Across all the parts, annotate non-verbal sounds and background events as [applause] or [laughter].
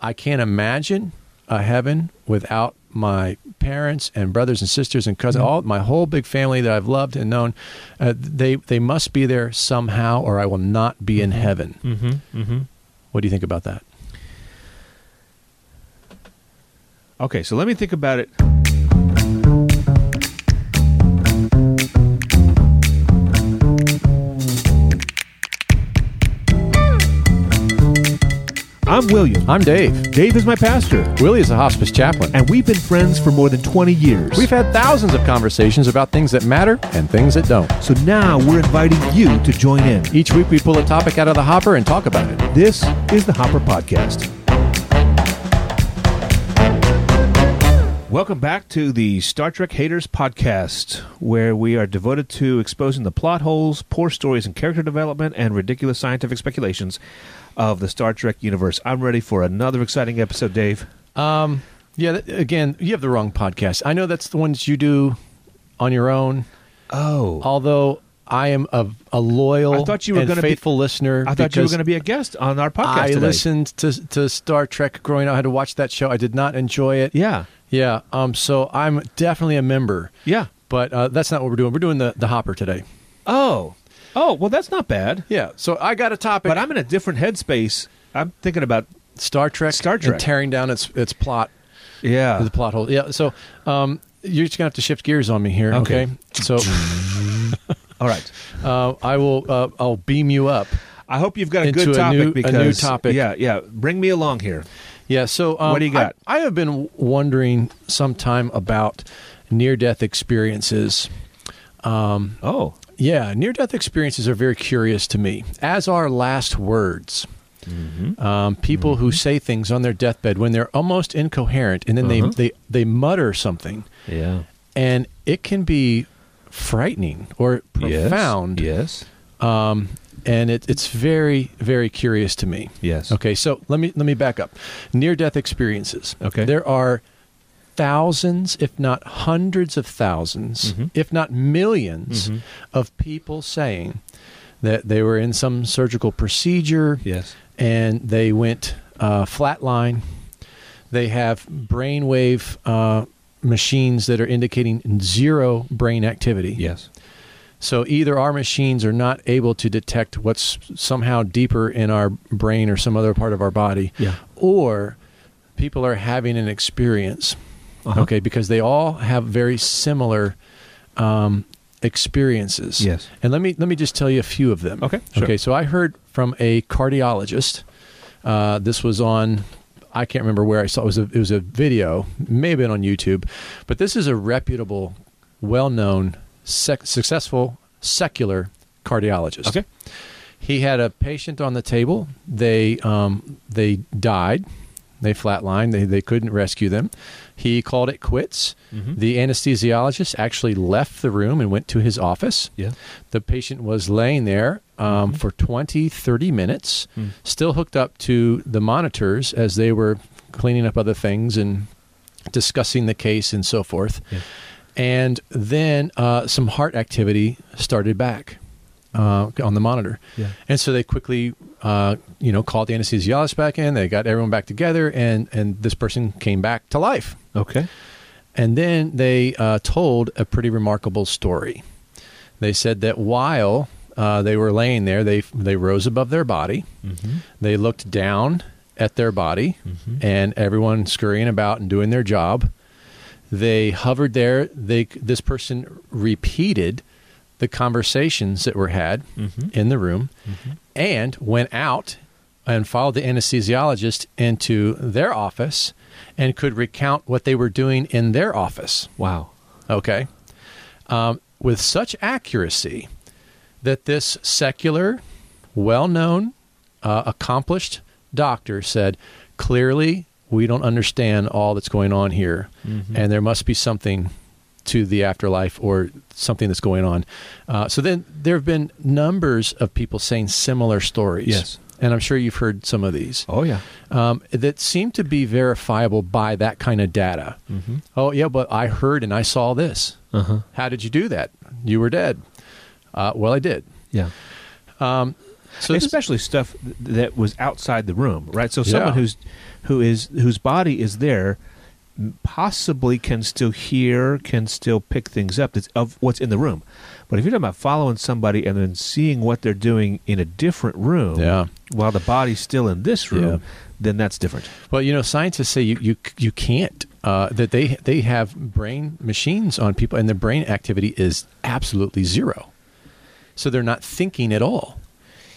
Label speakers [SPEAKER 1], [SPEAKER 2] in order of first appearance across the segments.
[SPEAKER 1] I can't imagine a heaven without my parents and brothers and sisters and cousins, all my whole big family that I've loved and known. Uh, they they must be there somehow, or I will not be in heaven.
[SPEAKER 2] Mm-hmm. Mm-hmm.
[SPEAKER 1] What do you think about that?
[SPEAKER 2] Okay, so let me think about it. I'm William.
[SPEAKER 1] I'm Dave.
[SPEAKER 2] Dave is my pastor,
[SPEAKER 1] Willie is a hospice chaplain.
[SPEAKER 2] and we've been friends for more than 20 years.
[SPEAKER 1] We've had thousands of conversations about things that matter and things that don't.
[SPEAKER 2] so now we're inviting you to join in.
[SPEAKER 1] Each week we pull a topic out of the hopper and talk about it.
[SPEAKER 2] This is the Hopper Podcast. Welcome back to the Star Trek Haters Podcast, where we are devoted to exposing the plot holes, poor stories and character development, and ridiculous scientific speculations of the Star Trek universe. I'm ready for another exciting episode, Dave.
[SPEAKER 1] Um, yeah, that- again, you have the wrong podcast. I know that's the ones you do on your own.
[SPEAKER 2] Oh,
[SPEAKER 1] Although I am a, a loyal
[SPEAKER 2] I thought you were
[SPEAKER 1] and
[SPEAKER 2] gonna be-
[SPEAKER 1] faithful listener.
[SPEAKER 2] I thought you were
[SPEAKER 1] because
[SPEAKER 2] going to be a guest on our podcast.
[SPEAKER 1] I
[SPEAKER 2] today.
[SPEAKER 1] listened to to Star Trek growing up. I had to watch that show. I did not enjoy it.
[SPEAKER 2] Yeah,
[SPEAKER 1] Yeah. Um. So I'm definitely a member,
[SPEAKER 2] yeah.
[SPEAKER 1] but uh, that's not what we're doing. We're doing the the hopper today.
[SPEAKER 2] Oh, oh. Well, that's not bad.
[SPEAKER 1] Yeah. So I got a topic.
[SPEAKER 2] But I'm in a different headspace. I'm thinking about
[SPEAKER 1] Star Trek.
[SPEAKER 2] Star
[SPEAKER 1] and
[SPEAKER 2] Trek.
[SPEAKER 1] tearing down its its plot
[SPEAKER 2] yeah.
[SPEAKER 1] the plot hole. Yeah. So um, you're just gonna have to shift gears on me here.
[SPEAKER 2] Okay.
[SPEAKER 1] Okay. So
[SPEAKER 2] All right.
[SPEAKER 1] uh, I will. Uh, I'll beam you up.
[SPEAKER 2] I hope you've got a
[SPEAKER 1] Into
[SPEAKER 2] good
[SPEAKER 1] a
[SPEAKER 2] topic
[SPEAKER 1] new- a new
[SPEAKER 2] because
[SPEAKER 1] topic.
[SPEAKER 2] Yeah, yeah. Bring me along here.
[SPEAKER 1] Yeah. So, um,
[SPEAKER 2] What do you got?
[SPEAKER 1] I, I have been wondering sometime about near-death experiences.
[SPEAKER 2] Oh,
[SPEAKER 1] Yeah, near-death experiences are very curious to me, as are last words.
[SPEAKER 2] Mm-hmm.
[SPEAKER 1] Um, people who say things on their deathbed when they're almost incoherent, and then
[SPEAKER 2] Uh-huh.
[SPEAKER 1] they, they they mutter something,
[SPEAKER 2] yeah.
[SPEAKER 1] and it can be frightening or profound.
[SPEAKER 2] Yes.
[SPEAKER 1] and it, it's very very curious to me
[SPEAKER 2] Yes.
[SPEAKER 1] okay so let me let me back up near death experiences
[SPEAKER 2] Okay.
[SPEAKER 1] there are thousands if not hundreds of 1000s
[SPEAKER 2] Mhm.
[SPEAKER 1] if not 1000000s
[SPEAKER 2] Mhm.
[SPEAKER 1] of people saying that they were in some surgical procedure
[SPEAKER 2] Yes.
[SPEAKER 1] and they went uh, flatline they have brainwave uh, machines that are indicating zero brain activity
[SPEAKER 2] Yes.
[SPEAKER 1] so either our machines are not able to detect what's somehow deeper in our brain or some other part of our body,
[SPEAKER 2] Yeah.
[SPEAKER 1] or people are having an experience.
[SPEAKER 2] Uh-huh.
[SPEAKER 1] Okay, because they all have very similar um, experiences.
[SPEAKER 2] Yes.
[SPEAKER 1] And let me let me just tell you a few of them.
[SPEAKER 2] Okay, sure.
[SPEAKER 1] Okay. So I heard from a cardiologist. Uh, this was on. I can't remember where I saw it. it was a it was a video, maybe on YouTube, but this is a reputable, well known, sec- successful secular cardiologist.
[SPEAKER 2] Okay.
[SPEAKER 1] He had a patient on the table. They um, they died. They flatlined. They they couldn't rescue them. He called it quits.
[SPEAKER 2] Mhm.
[SPEAKER 1] The anesthesiologist actually left the room and went to his office.
[SPEAKER 2] Yeah.
[SPEAKER 1] The patient was laying there
[SPEAKER 2] Mm-hmm.
[SPEAKER 1] um, for 20, 30 minutes,
[SPEAKER 2] Mm.
[SPEAKER 1] still hooked up to the monitors as they were cleaning up other things and discussing the case and so forth.
[SPEAKER 2] Yeah.
[SPEAKER 1] And then uh, some heart activity started back uh, on the monitor.
[SPEAKER 2] Yeah.
[SPEAKER 1] And so they quickly, uh, you know, called the anesthesiologist back in. They got everyone back together, and, and this person came back to life.
[SPEAKER 2] Okay.
[SPEAKER 1] And then they uh, told a pretty remarkable story. They said that while uh, they were laying there, they they rose above their body.
[SPEAKER 2] Mm-hmm.
[SPEAKER 1] They looked down at their body,
[SPEAKER 2] Mhm.
[SPEAKER 1] and everyone scurrying about and doing their job. They hovered there. They this person repeated the conversations that were had
[SPEAKER 2] Mhm.
[SPEAKER 1] in the room, and went out and followed the anesthesiologist into their office, and could recount what they were doing in their office
[SPEAKER 2] Wow.
[SPEAKER 1] okay, um, with such accuracy that this secular, well known, uh, accomplished doctor said, clearly, we don't understand all that's going on here, and there must be something to the afterlife or something that's going on. Uh, so then there have been numbers of people saying similar stories.
[SPEAKER 2] Yes.
[SPEAKER 1] And I'm sure you've heard some of these
[SPEAKER 2] Oh yeah.
[SPEAKER 1] um, that seem to be verifiable by that kind of data.
[SPEAKER 2] Mhm.
[SPEAKER 1] Oh, yeah, but I heard and I saw this.
[SPEAKER 2] Uh huh.
[SPEAKER 1] How did you do that? You were dead. Uh, well, I did.
[SPEAKER 2] Yeah.
[SPEAKER 1] So this-
[SPEAKER 2] especially stuff th- that was outside the room, right? So someone
[SPEAKER 1] Yeah.
[SPEAKER 2] who's who is whose body is there m- possibly can still hear, can still pick things up that's of what's in the room. But if you're talking about following somebody and then seeing what they're doing in a different room,
[SPEAKER 1] Yeah.
[SPEAKER 2] while the body's still in this room,
[SPEAKER 1] Yeah.
[SPEAKER 2] then that's different.
[SPEAKER 1] Well, you know, scientists say you you you can't. Uh, that they they have brain machines on people, and their brain activity is absolutely zero. So they're not thinking at all.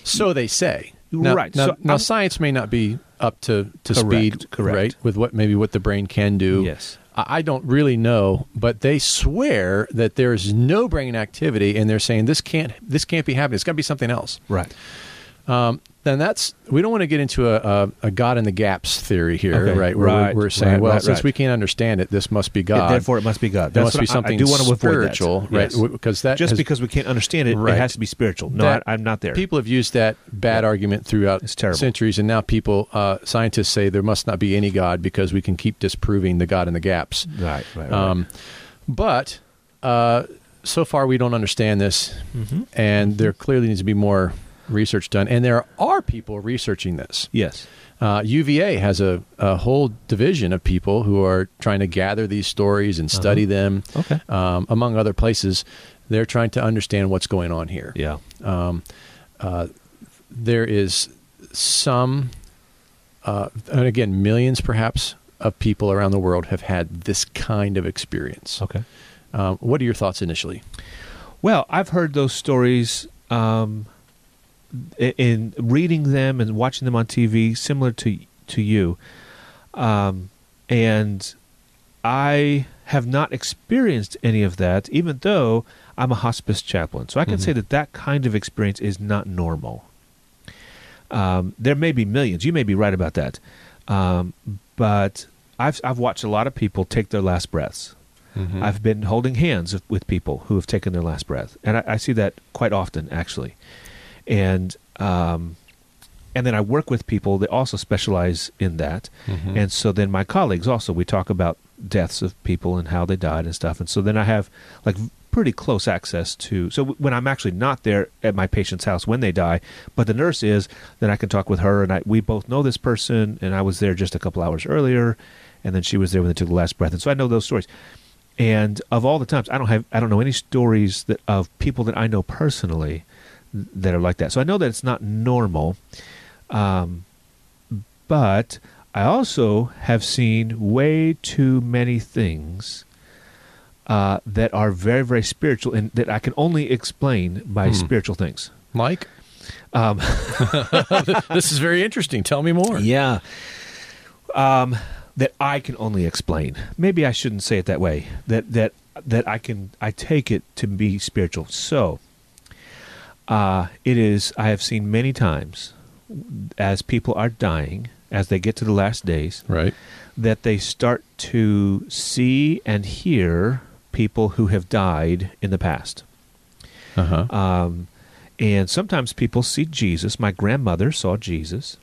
[SPEAKER 1] So they say. Now,
[SPEAKER 2] Right.
[SPEAKER 1] Now,
[SPEAKER 2] So
[SPEAKER 1] now
[SPEAKER 2] I'm-
[SPEAKER 1] science may not be up to to speed,
[SPEAKER 2] Correct, correct.
[SPEAKER 1] right? With what maybe what the brain can do.
[SPEAKER 2] Yes.
[SPEAKER 1] I I don't really know, but they swear that there is no brain activity, and they're saying this can't this can't be happening. It's got to be something else
[SPEAKER 2] Right.
[SPEAKER 1] then that's we don't want to get into a, a, a God in the gaps theory here,
[SPEAKER 2] Okay.
[SPEAKER 1] right? Where
[SPEAKER 2] Right,
[SPEAKER 1] we're, we're saying,
[SPEAKER 2] right,
[SPEAKER 1] well,
[SPEAKER 2] right,
[SPEAKER 1] since
[SPEAKER 2] right.
[SPEAKER 1] we can't understand it, this must be God.
[SPEAKER 2] Therefore, it must be God.
[SPEAKER 1] there must
[SPEAKER 2] That's what
[SPEAKER 1] be
[SPEAKER 2] I-
[SPEAKER 1] something
[SPEAKER 2] I, do want to avoid that.
[SPEAKER 1] spiritual, right?
[SPEAKER 2] Yes.
[SPEAKER 1] W- Because that
[SPEAKER 2] Just
[SPEAKER 1] has-
[SPEAKER 2] because we can't understand it,
[SPEAKER 1] Right.
[SPEAKER 2] it has to be spiritual. No,
[SPEAKER 1] that-
[SPEAKER 2] I, I'm not there.
[SPEAKER 1] People have used that bad argument throughout
[SPEAKER 2] It's terrible.
[SPEAKER 1] centuries, and now people uh, scientists say there must not be any God because we can keep disproving the God in the gaps.
[SPEAKER 2] right. Right. right.
[SPEAKER 1] Um, but uh, so far, we don't understand this, and there clearly needs to be more research done. And there are people researching this.
[SPEAKER 2] yes.
[SPEAKER 1] Uh, UVA has a, a whole division of people who are trying to gather these stories and study them.
[SPEAKER 2] Uh-huh. Okay.
[SPEAKER 1] Um, among other places, they're trying to understand what's going on here.
[SPEAKER 2] Yeah.
[SPEAKER 1] There is some, uh, and again, millions perhaps of people around the world have had this kind of experience.
[SPEAKER 2] Okay.
[SPEAKER 1] Um, what are your thoughts initially?
[SPEAKER 2] Well, I've heard those stories um, i- in reading them and watching them on TV, similar to to you, um, and I have not experienced any of that, even though I'm a hospice chaplain. So I can say that that kind of experience is not normal. Um, there may be millions. You may be right about that, um, but I've I've watched a lot of people take their last breaths. I've been holding hands of- with people who have taken their last breath, and I, I see that quite often, actually. And um, and then I work with people that also specialize in that, and so then my colleagues also we talk about deaths of people and how they died and stuff, and so then I have like pretty close access to. So w- when I'm actually not there at my patient's house when they die, but the nurse is, then I can talk with her, and I we both know this person, and I was there just a couple hours earlier. And then she was there when they took the last breath, and so I know those stories and of all the times i don't have i don't know any stories that of people that i know personally th- that are like that so i know that it's not normal um, but i also have seen way too many things uh, that are very very spiritual and that i can only explain by spiritual things
[SPEAKER 1] Mike? [laughs] Um. this is very interesting. Tell me more.
[SPEAKER 2] [laughs] Yeah. Um, that I can only explain. Maybe I shouldn't say it that way. That that that I can I take it to be spiritual. So uh, it is I have seen many times as people are dying, as they get to the last days,
[SPEAKER 1] Right.
[SPEAKER 2] that they start to see and hear people who have died in the past.
[SPEAKER 1] Uh huh.
[SPEAKER 2] Um, and sometimes people see Jesus. My grandmother saw Jesus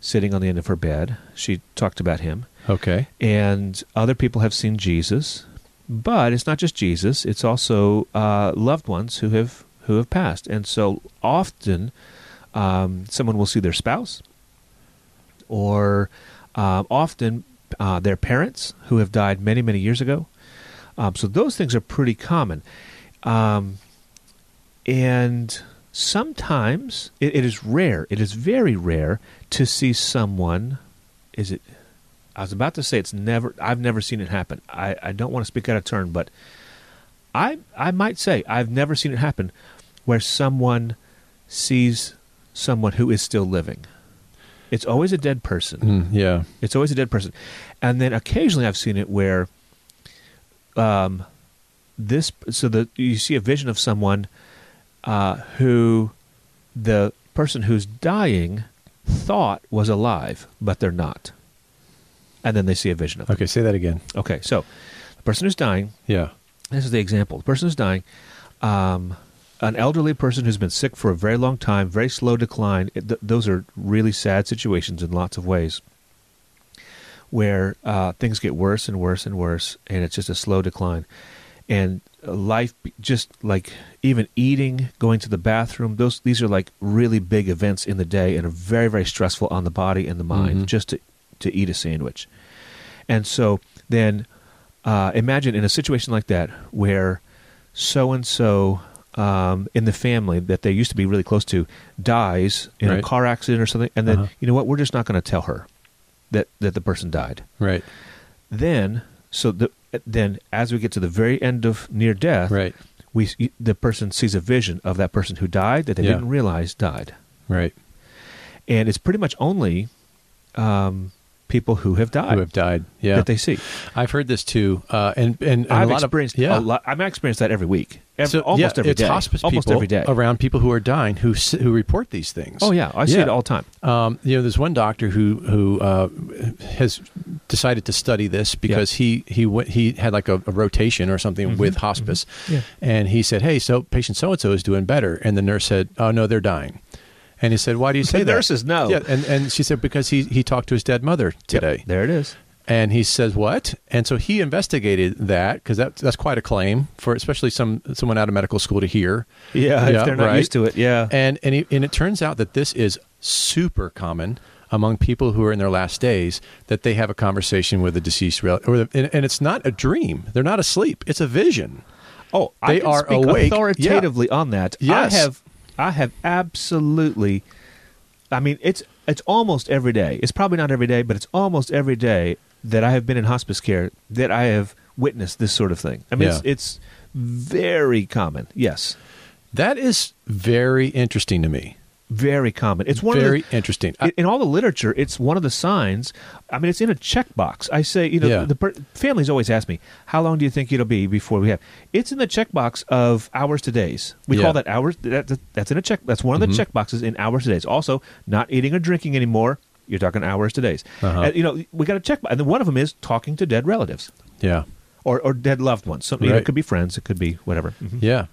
[SPEAKER 2] sitting on the end of her bed. She talked about him.
[SPEAKER 1] okay.
[SPEAKER 2] And other people have seen Jesus, but it's not just Jesus. It's also uh, loved ones who have who have passed. And so often, um, someone will see their spouse, or um, often uh, their parents who have died many many years ago. Um, so those things are pretty common. Um, and sometimes it, it is rare, it is very rare to see someone. Is it? I was about to say it's never. I've never seen it happen. I, I don't want to speak out of turn, but I I might say I've never seen it happen where someone sees someone who is still living. It's always a dead person.
[SPEAKER 1] Mm, yeah.
[SPEAKER 2] It's always a dead person. And then occasionally I've seen it where um, this so that you see a vision of someone uh, who the person who's dying thought was alive, but they're not. And then they see a vision of it.
[SPEAKER 1] Okay. Say that again.
[SPEAKER 2] Okay, so the person who's dying,
[SPEAKER 1] Yeah.
[SPEAKER 2] this is the example. The person who's dying, um, an elderly person who's been sick for a very long time, very slow decline. It, th- those are really sad situations in lots of ways, where uh, things get worse and worse and worse, and it's just a slow decline. and life just like even eating going to the bathroom those these are like really big events in the day and are very very stressful on the body and the mind
[SPEAKER 1] Mhm.
[SPEAKER 2] just to to eat a sandwich and so then uh, imagine in a situation like that where so and so in the family that they used to be really close to dies in a
[SPEAKER 1] Right.
[SPEAKER 2] car accident or something and then
[SPEAKER 1] Uh-huh.
[SPEAKER 2] you know what we're just not going to tell her that that the person died
[SPEAKER 1] Right.
[SPEAKER 2] then so the then as we get to the very end of near death
[SPEAKER 1] Right.
[SPEAKER 2] we the person sees a vision of that person who died that they
[SPEAKER 1] Yeah.
[SPEAKER 2] didn't realize died
[SPEAKER 1] Right.
[SPEAKER 2] and it's pretty much only um, people who have died
[SPEAKER 1] Who have died? Yeah.
[SPEAKER 2] that they see
[SPEAKER 1] I've heard this too, uh, and, and and
[SPEAKER 2] i've
[SPEAKER 1] a lot
[SPEAKER 2] experienced
[SPEAKER 1] of yeah.
[SPEAKER 2] a lot i'm experienced that every week Ev-
[SPEAKER 1] So,
[SPEAKER 2] almost
[SPEAKER 1] yeah,
[SPEAKER 2] every
[SPEAKER 1] it's
[SPEAKER 2] day.
[SPEAKER 1] hospice
[SPEAKER 2] almost
[SPEAKER 1] people
[SPEAKER 2] every day
[SPEAKER 1] around people who are dying who s- who report these things.
[SPEAKER 2] oh yeah i see
[SPEAKER 1] Yeah.
[SPEAKER 2] it all the time
[SPEAKER 1] Um, you know, there's one doctor who who uh, has decided to study this because he he went, he had like a, a rotation or something with hospice,
[SPEAKER 2] Mm-hmm. Yeah.
[SPEAKER 1] and he said, "Hey, so patient so and so is doing better," and the nurse said, "Oh no, they're dying," and he said, "Why do
[SPEAKER 2] [laughs]
[SPEAKER 1] you say that?"
[SPEAKER 2] nurses know.
[SPEAKER 1] Yeah, and and she said because he he talked to his dead mother today.
[SPEAKER 2] Yep, there it is
[SPEAKER 1] And he says what? And so he investigated that because that, that's quite a claim for especially some someone out of medical school to hear.
[SPEAKER 2] yeah,
[SPEAKER 1] Yeah,
[SPEAKER 2] if they're not
[SPEAKER 1] right.
[SPEAKER 2] used to it yeah
[SPEAKER 1] And and, he, and it turns out that this is super common among people who are in their last days that they have a conversation with a deceased relative, or the, and, and it's not a dream. They're not asleep. It's a vision.
[SPEAKER 2] Oh, I
[SPEAKER 1] They
[SPEAKER 2] can
[SPEAKER 1] are
[SPEAKER 2] speak
[SPEAKER 1] awake.
[SPEAKER 2] authoritatively on that.
[SPEAKER 1] Yes.
[SPEAKER 2] I have I have absolutely I mean it's it's almost every day. It's probably not every day, but it's almost every day that I have been in hospice care that I have witnessed this sort of thing. I mean
[SPEAKER 1] Yeah.
[SPEAKER 2] it's, it's very common. Yes.
[SPEAKER 1] That is very interesting to me.
[SPEAKER 2] Very common. It's one
[SPEAKER 1] very
[SPEAKER 2] of the,
[SPEAKER 1] interesting.
[SPEAKER 2] in- in all the literature, it's one of the signs. I mean, it's in a checkbox. I say, you know,
[SPEAKER 1] Yeah.
[SPEAKER 2] the per- families always ask me, how long do you think it'll be before we have? It's in the checkbox of hours to days. We
[SPEAKER 1] Yeah. Mm-hmm.
[SPEAKER 2] call that hours. That, that- that's in a check. That's one of the checkboxes in hours to days. Also, not eating or drinking anymore. You're talking hours to days.
[SPEAKER 1] Uh-huh.
[SPEAKER 2] And, you know, we got a check. And then one of them is talking to dead relatives
[SPEAKER 1] yeah.
[SPEAKER 2] or, or dead loved ones. So, you know,
[SPEAKER 1] Right.
[SPEAKER 2] it could be friends. It could be whatever. Mhm.
[SPEAKER 1] Yeah,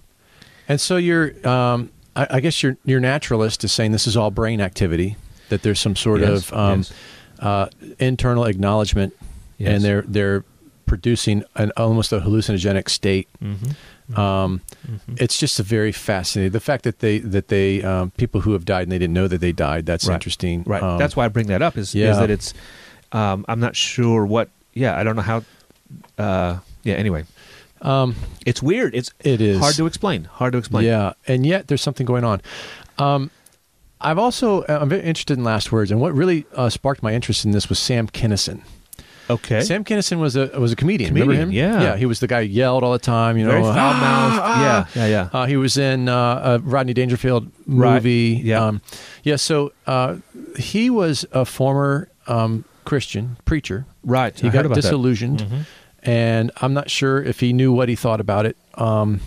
[SPEAKER 1] and so your, um, I, I guess your your naturalist is saying this is all brain activity. That there's some sort
[SPEAKER 2] Yes,
[SPEAKER 1] of um,
[SPEAKER 2] yes.
[SPEAKER 1] uh, internal acknowledgement,
[SPEAKER 2] Yes.
[SPEAKER 1] and they're they're producing an almost a hallucinogenic state.
[SPEAKER 2] Mm-hmm.
[SPEAKER 1] Um, It's just a very fascinating. The fact that they that they um, people who have died and they didn't know that they died. That's
[SPEAKER 2] Right.
[SPEAKER 1] interesting.
[SPEAKER 2] Right.
[SPEAKER 1] Um,
[SPEAKER 2] That's why I bring that up is,
[SPEAKER 1] yeah.
[SPEAKER 2] is that it's um, I'm not sure what yeah, I don't know how uh, yeah, anyway.
[SPEAKER 1] um,
[SPEAKER 2] It's weird. It's
[SPEAKER 1] it is
[SPEAKER 2] hard to explain. Hard to explain.
[SPEAKER 1] Yeah, and yet there's something going on. Um, I've also I'm very interested in last words, and what really uh, sparked my interest in this was Sam Kinison.
[SPEAKER 2] Okay.
[SPEAKER 1] Sam Kinison was a was a comedian. Remember him?
[SPEAKER 2] Comedian, yeah.
[SPEAKER 1] yeah. He was the guy who yelled all the time. You know,
[SPEAKER 2] Very foul mouthed.
[SPEAKER 1] oh, "Ah, ah."
[SPEAKER 2] yeah. Yeah. Yeah.
[SPEAKER 1] Uh, he was in uh, a Rodney Dangerfield
[SPEAKER 2] Right.
[SPEAKER 1] movie. Um,
[SPEAKER 2] Yeah.
[SPEAKER 1] yeah. So uh, he was a former um, Christian preacher.
[SPEAKER 2] right.
[SPEAKER 1] He
[SPEAKER 2] I heard
[SPEAKER 1] got
[SPEAKER 2] about that. Mm-hmm.
[SPEAKER 1] disillusioned, and I'm not sure if he knew what he thought about it. Um,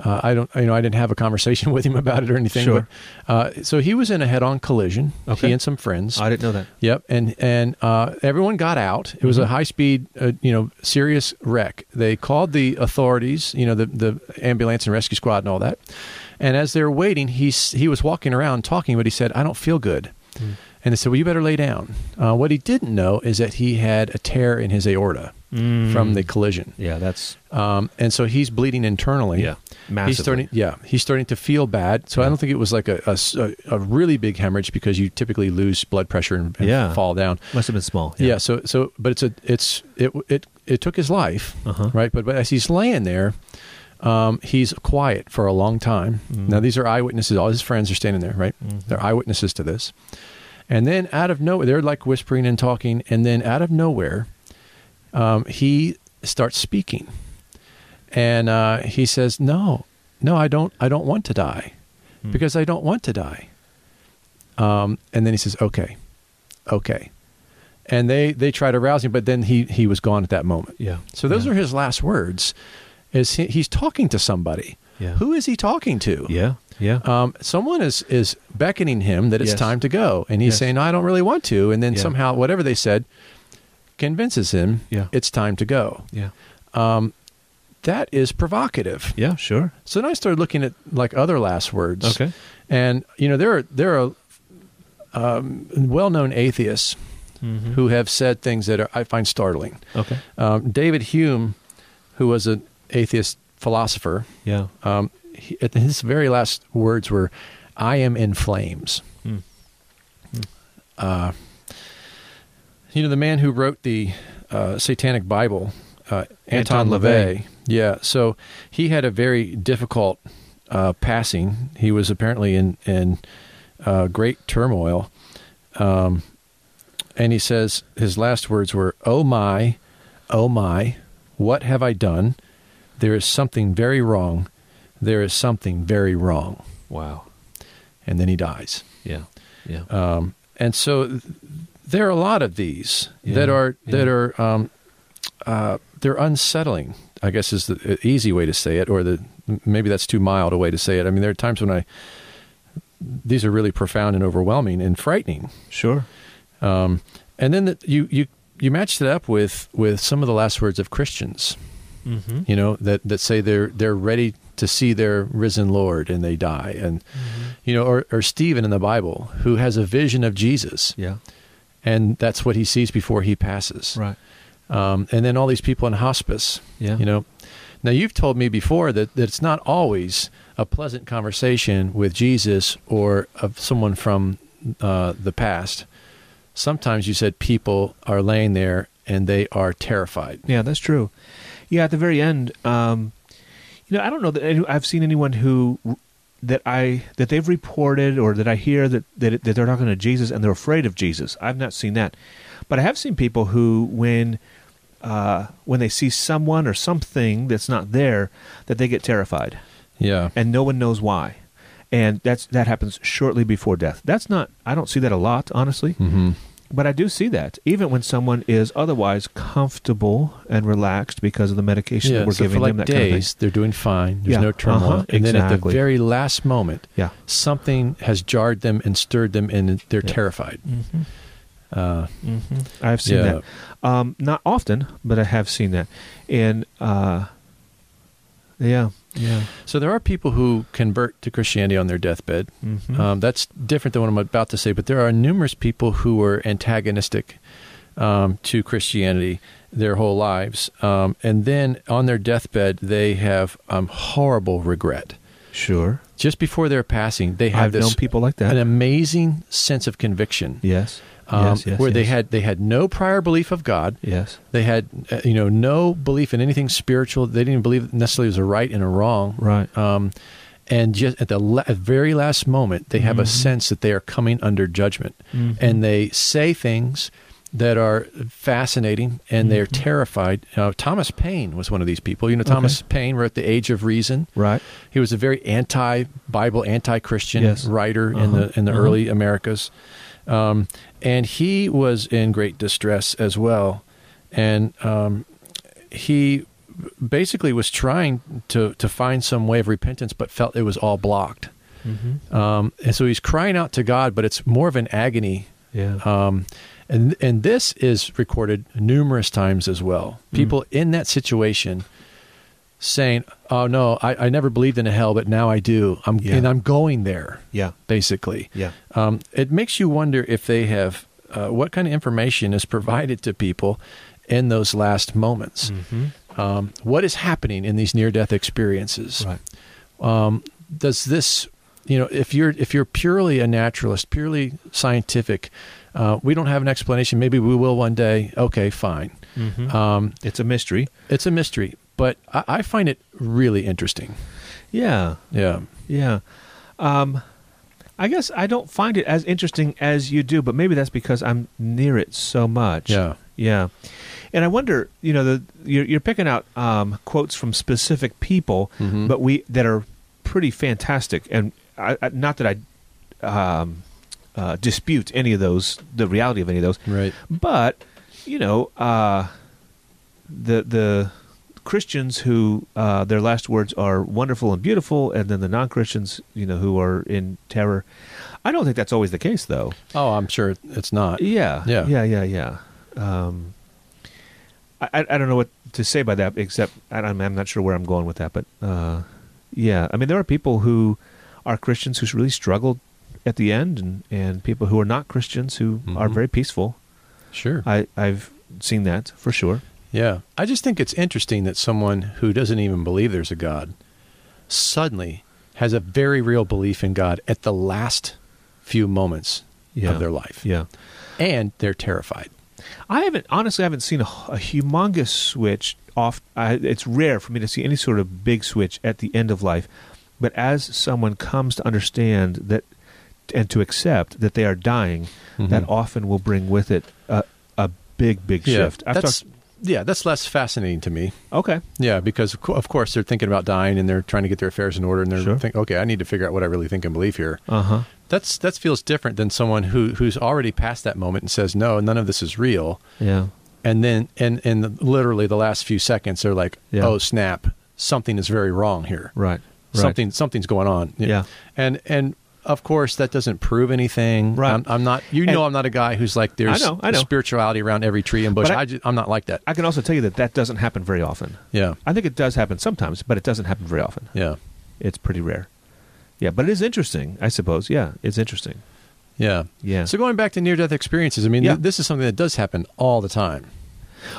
[SPEAKER 1] uh, I don't, you know, I didn't have a conversation [laughs] with him about it or anything.
[SPEAKER 2] Sure.
[SPEAKER 1] But, uh, so he was in a head-on collision.
[SPEAKER 2] Okay.
[SPEAKER 1] He and some friends.
[SPEAKER 2] Oh, I didn't know that.
[SPEAKER 1] Yep, and and uh, everyone got out. It was a high speed, uh, you know, serious wreck. They called the authorities, you know, the the ambulance and rescue squad and all that. And as they were waiting, he s- he was walking around talking, but he said, "I don't feel good." And they said, "Well, you better lay down." Uh, what he didn't know is that he had a tear in his aorta from the collision,
[SPEAKER 2] Yeah, that's
[SPEAKER 1] um, and so he's bleeding internally.
[SPEAKER 2] Yeah,
[SPEAKER 1] He's
[SPEAKER 2] massively.
[SPEAKER 1] starting, yeah, he's starting to feel bad. So I don't think it was like a, a s- a- a really big hemorrhage because you typically lose blood pressure and, and
[SPEAKER 2] Yeah.
[SPEAKER 1] fall down.
[SPEAKER 2] must have been small.
[SPEAKER 1] Yeah. So so, but it's a it's it it it took his life,
[SPEAKER 2] Uh-huh.
[SPEAKER 1] right? But but as he's laying there, um, he's quiet for a long time.
[SPEAKER 2] Mm.
[SPEAKER 1] Now these are eyewitnesses. All his friends are standing there, right?
[SPEAKER 2] Mm-hmm.
[SPEAKER 1] They're eyewitnesses to this. And then out of nowhere, they're like whispering and talking. And then out of nowhere, um, he starts speaking, and uh, he says, "No, no, I don't. I don't want to die,
[SPEAKER 2] Hmm.
[SPEAKER 1] because I don't want to die." Um, and then he says, "Okay, okay," and they they try to rouse him, but then he he was gone at that moment.
[SPEAKER 2] Yeah.
[SPEAKER 1] So those
[SPEAKER 2] yeah.
[SPEAKER 1] are his last words. Is he, he's talking to somebody?
[SPEAKER 2] Yeah.
[SPEAKER 1] Who is he talking to?
[SPEAKER 2] Yeah. Yeah.
[SPEAKER 1] Um, someone is is beckoning him that it's
[SPEAKER 2] Yes.
[SPEAKER 1] time to go, and he's
[SPEAKER 2] Yes.
[SPEAKER 1] saying, "No, "I don't really want to." And then
[SPEAKER 2] Yeah.
[SPEAKER 1] somehow, whatever they said, convinces him
[SPEAKER 2] Yeah.
[SPEAKER 1] it's time to go.
[SPEAKER 2] yeah.
[SPEAKER 1] That is provocative.
[SPEAKER 2] Yeah, sure.
[SPEAKER 1] So then I started looking at like other last words.
[SPEAKER 2] Okay.
[SPEAKER 1] and you know there are there are um, well-known atheists
[SPEAKER 2] Mm-hmm.
[SPEAKER 1] who have said things that are, I find startling.
[SPEAKER 2] Okay.
[SPEAKER 1] Um, David Hume, who was an atheist philosopher,
[SPEAKER 2] Yeah.
[SPEAKER 1] um, he, at his very last words were, "I am in flames."
[SPEAKER 2] Hmm.
[SPEAKER 1] Uh, you know, the man who wrote the uh, Satanic Bible, uh, Anton,
[SPEAKER 2] Anton
[SPEAKER 1] LaVey. Yeah, so he had a very difficult uh, passing. He was apparently in in uh, great turmoil, um, and he says his last words were, "Oh my, oh my, what have I done?" there is something very wrong. There is something very wrong.
[SPEAKER 2] Wow.
[SPEAKER 1] And then he dies.
[SPEAKER 2] Yeah. Yeah.
[SPEAKER 1] Um, and so th- there are a lot of these that
[SPEAKER 2] Yeah,
[SPEAKER 1] are that
[SPEAKER 2] yeah.
[SPEAKER 1] are um, uh, they're unsettling. I guess is the uh, easy way to say it, or the maybe that's too mild a way to say it. I mean, there are times when I these are really profound and overwhelming and frightening.
[SPEAKER 2] sure.
[SPEAKER 1] Um, and then the, you you you matched it up with with some of the last words of Christians.
[SPEAKER 2] Mm-hmm.
[SPEAKER 1] you know that that say they're they're ready to see their risen lord and they die and
[SPEAKER 2] Mm-hmm.
[SPEAKER 1] you know or, or stephen in the bible who has a vision of jesus
[SPEAKER 2] Yeah.
[SPEAKER 1] and that's what he sees before he passes
[SPEAKER 2] Right.
[SPEAKER 1] um, and then all these people in hospice
[SPEAKER 2] Yeah.
[SPEAKER 1] you know now you've told me before that, that it's not always a pleasant conversation with jesus or of someone from uh, the past sometimes you said people are laying there and they are terrified
[SPEAKER 2] Yeah, that's true. Yeah, at the very end, um, you know, I don't know that any- I've seen anyone who that I that they've reported or that I hear that that, that they're talking to Jesus and they're afraid of Jesus. I've not seen that, but I have seen people who when uh, when they see someone or something that's not there, that they get terrified
[SPEAKER 1] yeah
[SPEAKER 2] and no one knows why, and that's that happens shortly before death. That's not I don't see that a lot, honestly.
[SPEAKER 1] mm-hmm.
[SPEAKER 2] But I do see that, even when someone is otherwise comfortable and relaxed because of the medication that we're
[SPEAKER 1] so
[SPEAKER 2] giving
[SPEAKER 1] for like
[SPEAKER 2] them, that
[SPEAKER 1] days,
[SPEAKER 2] kind of thing.
[SPEAKER 1] they're doing fine. There's
[SPEAKER 2] Yeah,
[SPEAKER 1] no turmoil.
[SPEAKER 2] uh-huh,
[SPEAKER 1] And then at the
[SPEAKER 2] exactly.
[SPEAKER 1] very last moment,
[SPEAKER 2] Yeah.
[SPEAKER 1] something has jarred them and stirred them, and they're
[SPEAKER 2] Yeah.
[SPEAKER 1] terrified.
[SPEAKER 2] Mm-hmm.
[SPEAKER 1] Uh,
[SPEAKER 2] Mm-hmm. I've seen
[SPEAKER 1] Yeah.
[SPEAKER 2] that. Um, not often, but I have seen that. And uh, yeah, yeah.
[SPEAKER 1] so there are people who convert to Christianity on their deathbed.
[SPEAKER 2] Mm-hmm.
[SPEAKER 1] Um, that's different than what I'm about to say, but there are numerous people who are antagonistic um, to Christianity their whole lives. Um, and then on their deathbed, they have um, horrible regret.
[SPEAKER 2] sure.
[SPEAKER 1] Just before their passing, they have
[SPEAKER 2] I've
[SPEAKER 1] this
[SPEAKER 2] known people like that.
[SPEAKER 1] an amazing sense of conviction.
[SPEAKER 2] yes.
[SPEAKER 1] um,
[SPEAKER 2] yes. Yes.
[SPEAKER 1] where they
[SPEAKER 2] yes.
[SPEAKER 1] had they had no prior belief of God.
[SPEAKER 2] Yes.
[SPEAKER 1] They had uh, you know no belief in anything spiritual. They didn't believe necessarily it was a right and a wrong.
[SPEAKER 2] Right.
[SPEAKER 1] Um, and just at the la- at very last moment, they have a
[SPEAKER 2] Mhm.
[SPEAKER 1] sense that they are coming under judgment,
[SPEAKER 2] Mhm.
[SPEAKER 1] and they say things that are fascinating, and they're terrified. Uh, Thomas Paine was one of these people. You know, Thomas Paine wrote *The Age of Reason*.
[SPEAKER 2] right.
[SPEAKER 1] He was a very anti-Bible, anti-Christian
[SPEAKER 2] Yes.
[SPEAKER 1] writer in
[SPEAKER 2] Uh-huh.
[SPEAKER 1] the in the
[SPEAKER 2] Uh-huh.
[SPEAKER 1] early Americas, um, and he was in great distress as well, and um, he basically was trying to to find some way of repentance, but felt it was all blocked,
[SPEAKER 2] Mm-hmm.
[SPEAKER 1] um, and so he's crying out to God, but it's more of an agony
[SPEAKER 2] Yeah.
[SPEAKER 1] um, and and this is recorded numerous times as well.
[SPEAKER 2] Mm-hmm.
[SPEAKER 1] People in that situation saying, "Oh no, I, I never believed in a hell, but now I do. I'm
[SPEAKER 2] Yeah.
[SPEAKER 1] and I'm going there."
[SPEAKER 2] yeah.
[SPEAKER 1] Basically,
[SPEAKER 2] Yeah.
[SPEAKER 1] um, it makes you wonder if they have uh, what kind of information is provided to people in those last moments.
[SPEAKER 2] Mm-hmm.
[SPEAKER 1] Um, what is happening in these near-death experiences?
[SPEAKER 2] Right.
[SPEAKER 1] does this you know if you're if you're purely a naturalist purely scientific uh, we don't have an explanation maybe we will one day okay fine
[SPEAKER 2] Mm-hmm.
[SPEAKER 1] um,
[SPEAKER 2] it's a mystery.
[SPEAKER 1] it's a mystery but I, I find it really interesting
[SPEAKER 2] Yeah.
[SPEAKER 1] yeah
[SPEAKER 2] Yeah. Um, I guess I don't find it as interesting as you do, but maybe that's because I'm near it so much.
[SPEAKER 1] yeah
[SPEAKER 2] Yeah. And I wonder, you know, the, you're, you're picking out um, quotes from specific people,
[SPEAKER 1] Mhm.
[SPEAKER 2] but we that are pretty fantastic. And I, I, not that I um, uh, dispute any of those, the reality of any of those,
[SPEAKER 1] right
[SPEAKER 2] but you know, uh, the the Christians who uh, their last words are wonderful and beautiful, and then the non Christians, you know, who are in terror. I don't think that's always the case, though.
[SPEAKER 1] oh i'm sure it's not
[SPEAKER 2] Yeah,
[SPEAKER 1] Yeah.
[SPEAKER 2] yeah, yeah, yeah. Um, I I I don't know what to say by that, except I, I'm I'm not sure where I'm going with that, but uh, yeah, I mean, there are people who are Christians who really struggled at the end, and and people who are not Christians who are
[SPEAKER 1] Mhm.
[SPEAKER 2] very peaceful.
[SPEAKER 1] sure
[SPEAKER 2] I, I've seen that for sure.
[SPEAKER 1] Yeah. I just think it's interesting that someone who doesn't even believe there's a God suddenly has a very real belief in God at the last few moments
[SPEAKER 2] Yeah.
[SPEAKER 1] of their life.
[SPEAKER 2] Yeah.
[SPEAKER 1] And they're terrified.
[SPEAKER 2] I haven't honestly. I haven't seen a, a humongous switch off. I, it's rare for me to see any sort of big switch at the end of life. But as someone comes to understand that and to accept that they are dying, that often will bring with it a, a big, big shift.
[SPEAKER 1] Yeah.
[SPEAKER 2] I've
[SPEAKER 1] That's,
[SPEAKER 2] talked-
[SPEAKER 1] yeah, that's less fascinating to me.
[SPEAKER 2] okay.
[SPEAKER 1] Yeah, because of, co- of course they're thinking about dying and they're trying to get their affairs in order and they're
[SPEAKER 2] Sure.
[SPEAKER 1] think, okay, I need to figure out what I really think and believe here.
[SPEAKER 2] Uh huh.
[SPEAKER 1] That's that feels different than someone who who's already past that moment and says, no, none of this is real.
[SPEAKER 2] Yeah.
[SPEAKER 1] And then and and the- literally the last few seconds they're like,
[SPEAKER 2] Yeah.
[SPEAKER 1] oh snap, something is very wrong here.
[SPEAKER 2] Right. Right.
[SPEAKER 1] Something something's going on.
[SPEAKER 2] Yeah.
[SPEAKER 1] and and. Of course, that doesn't prove anything.
[SPEAKER 2] Right.
[SPEAKER 1] I'm, I'm not. You
[SPEAKER 2] And-
[SPEAKER 1] know, I'm not a guy who's like there's
[SPEAKER 2] I know, I know.
[SPEAKER 1] spirituality around every tree and bush.
[SPEAKER 2] But I-
[SPEAKER 1] I, ju- I'm not like that.
[SPEAKER 2] I can also tell you that that doesn't happen very often.
[SPEAKER 1] yeah,
[SPEAKER 2] I think it does happen sometimes, but it doesn't happen very often.
[SPEAKER 1] yeah.
[SPEAKER 2] It's pretty rare. Yeah, but it is interesting, I suppose. Yeah, it's interesting.
[SPEAKER 1] Yeah.
[SPEAKER 2] Yeah.
[SPEAKER 1] So going back to near death experiences, I mean,
[SPEAKER 2] Yeah.
[SPEAKER 1] th- this is something that does happen all the time.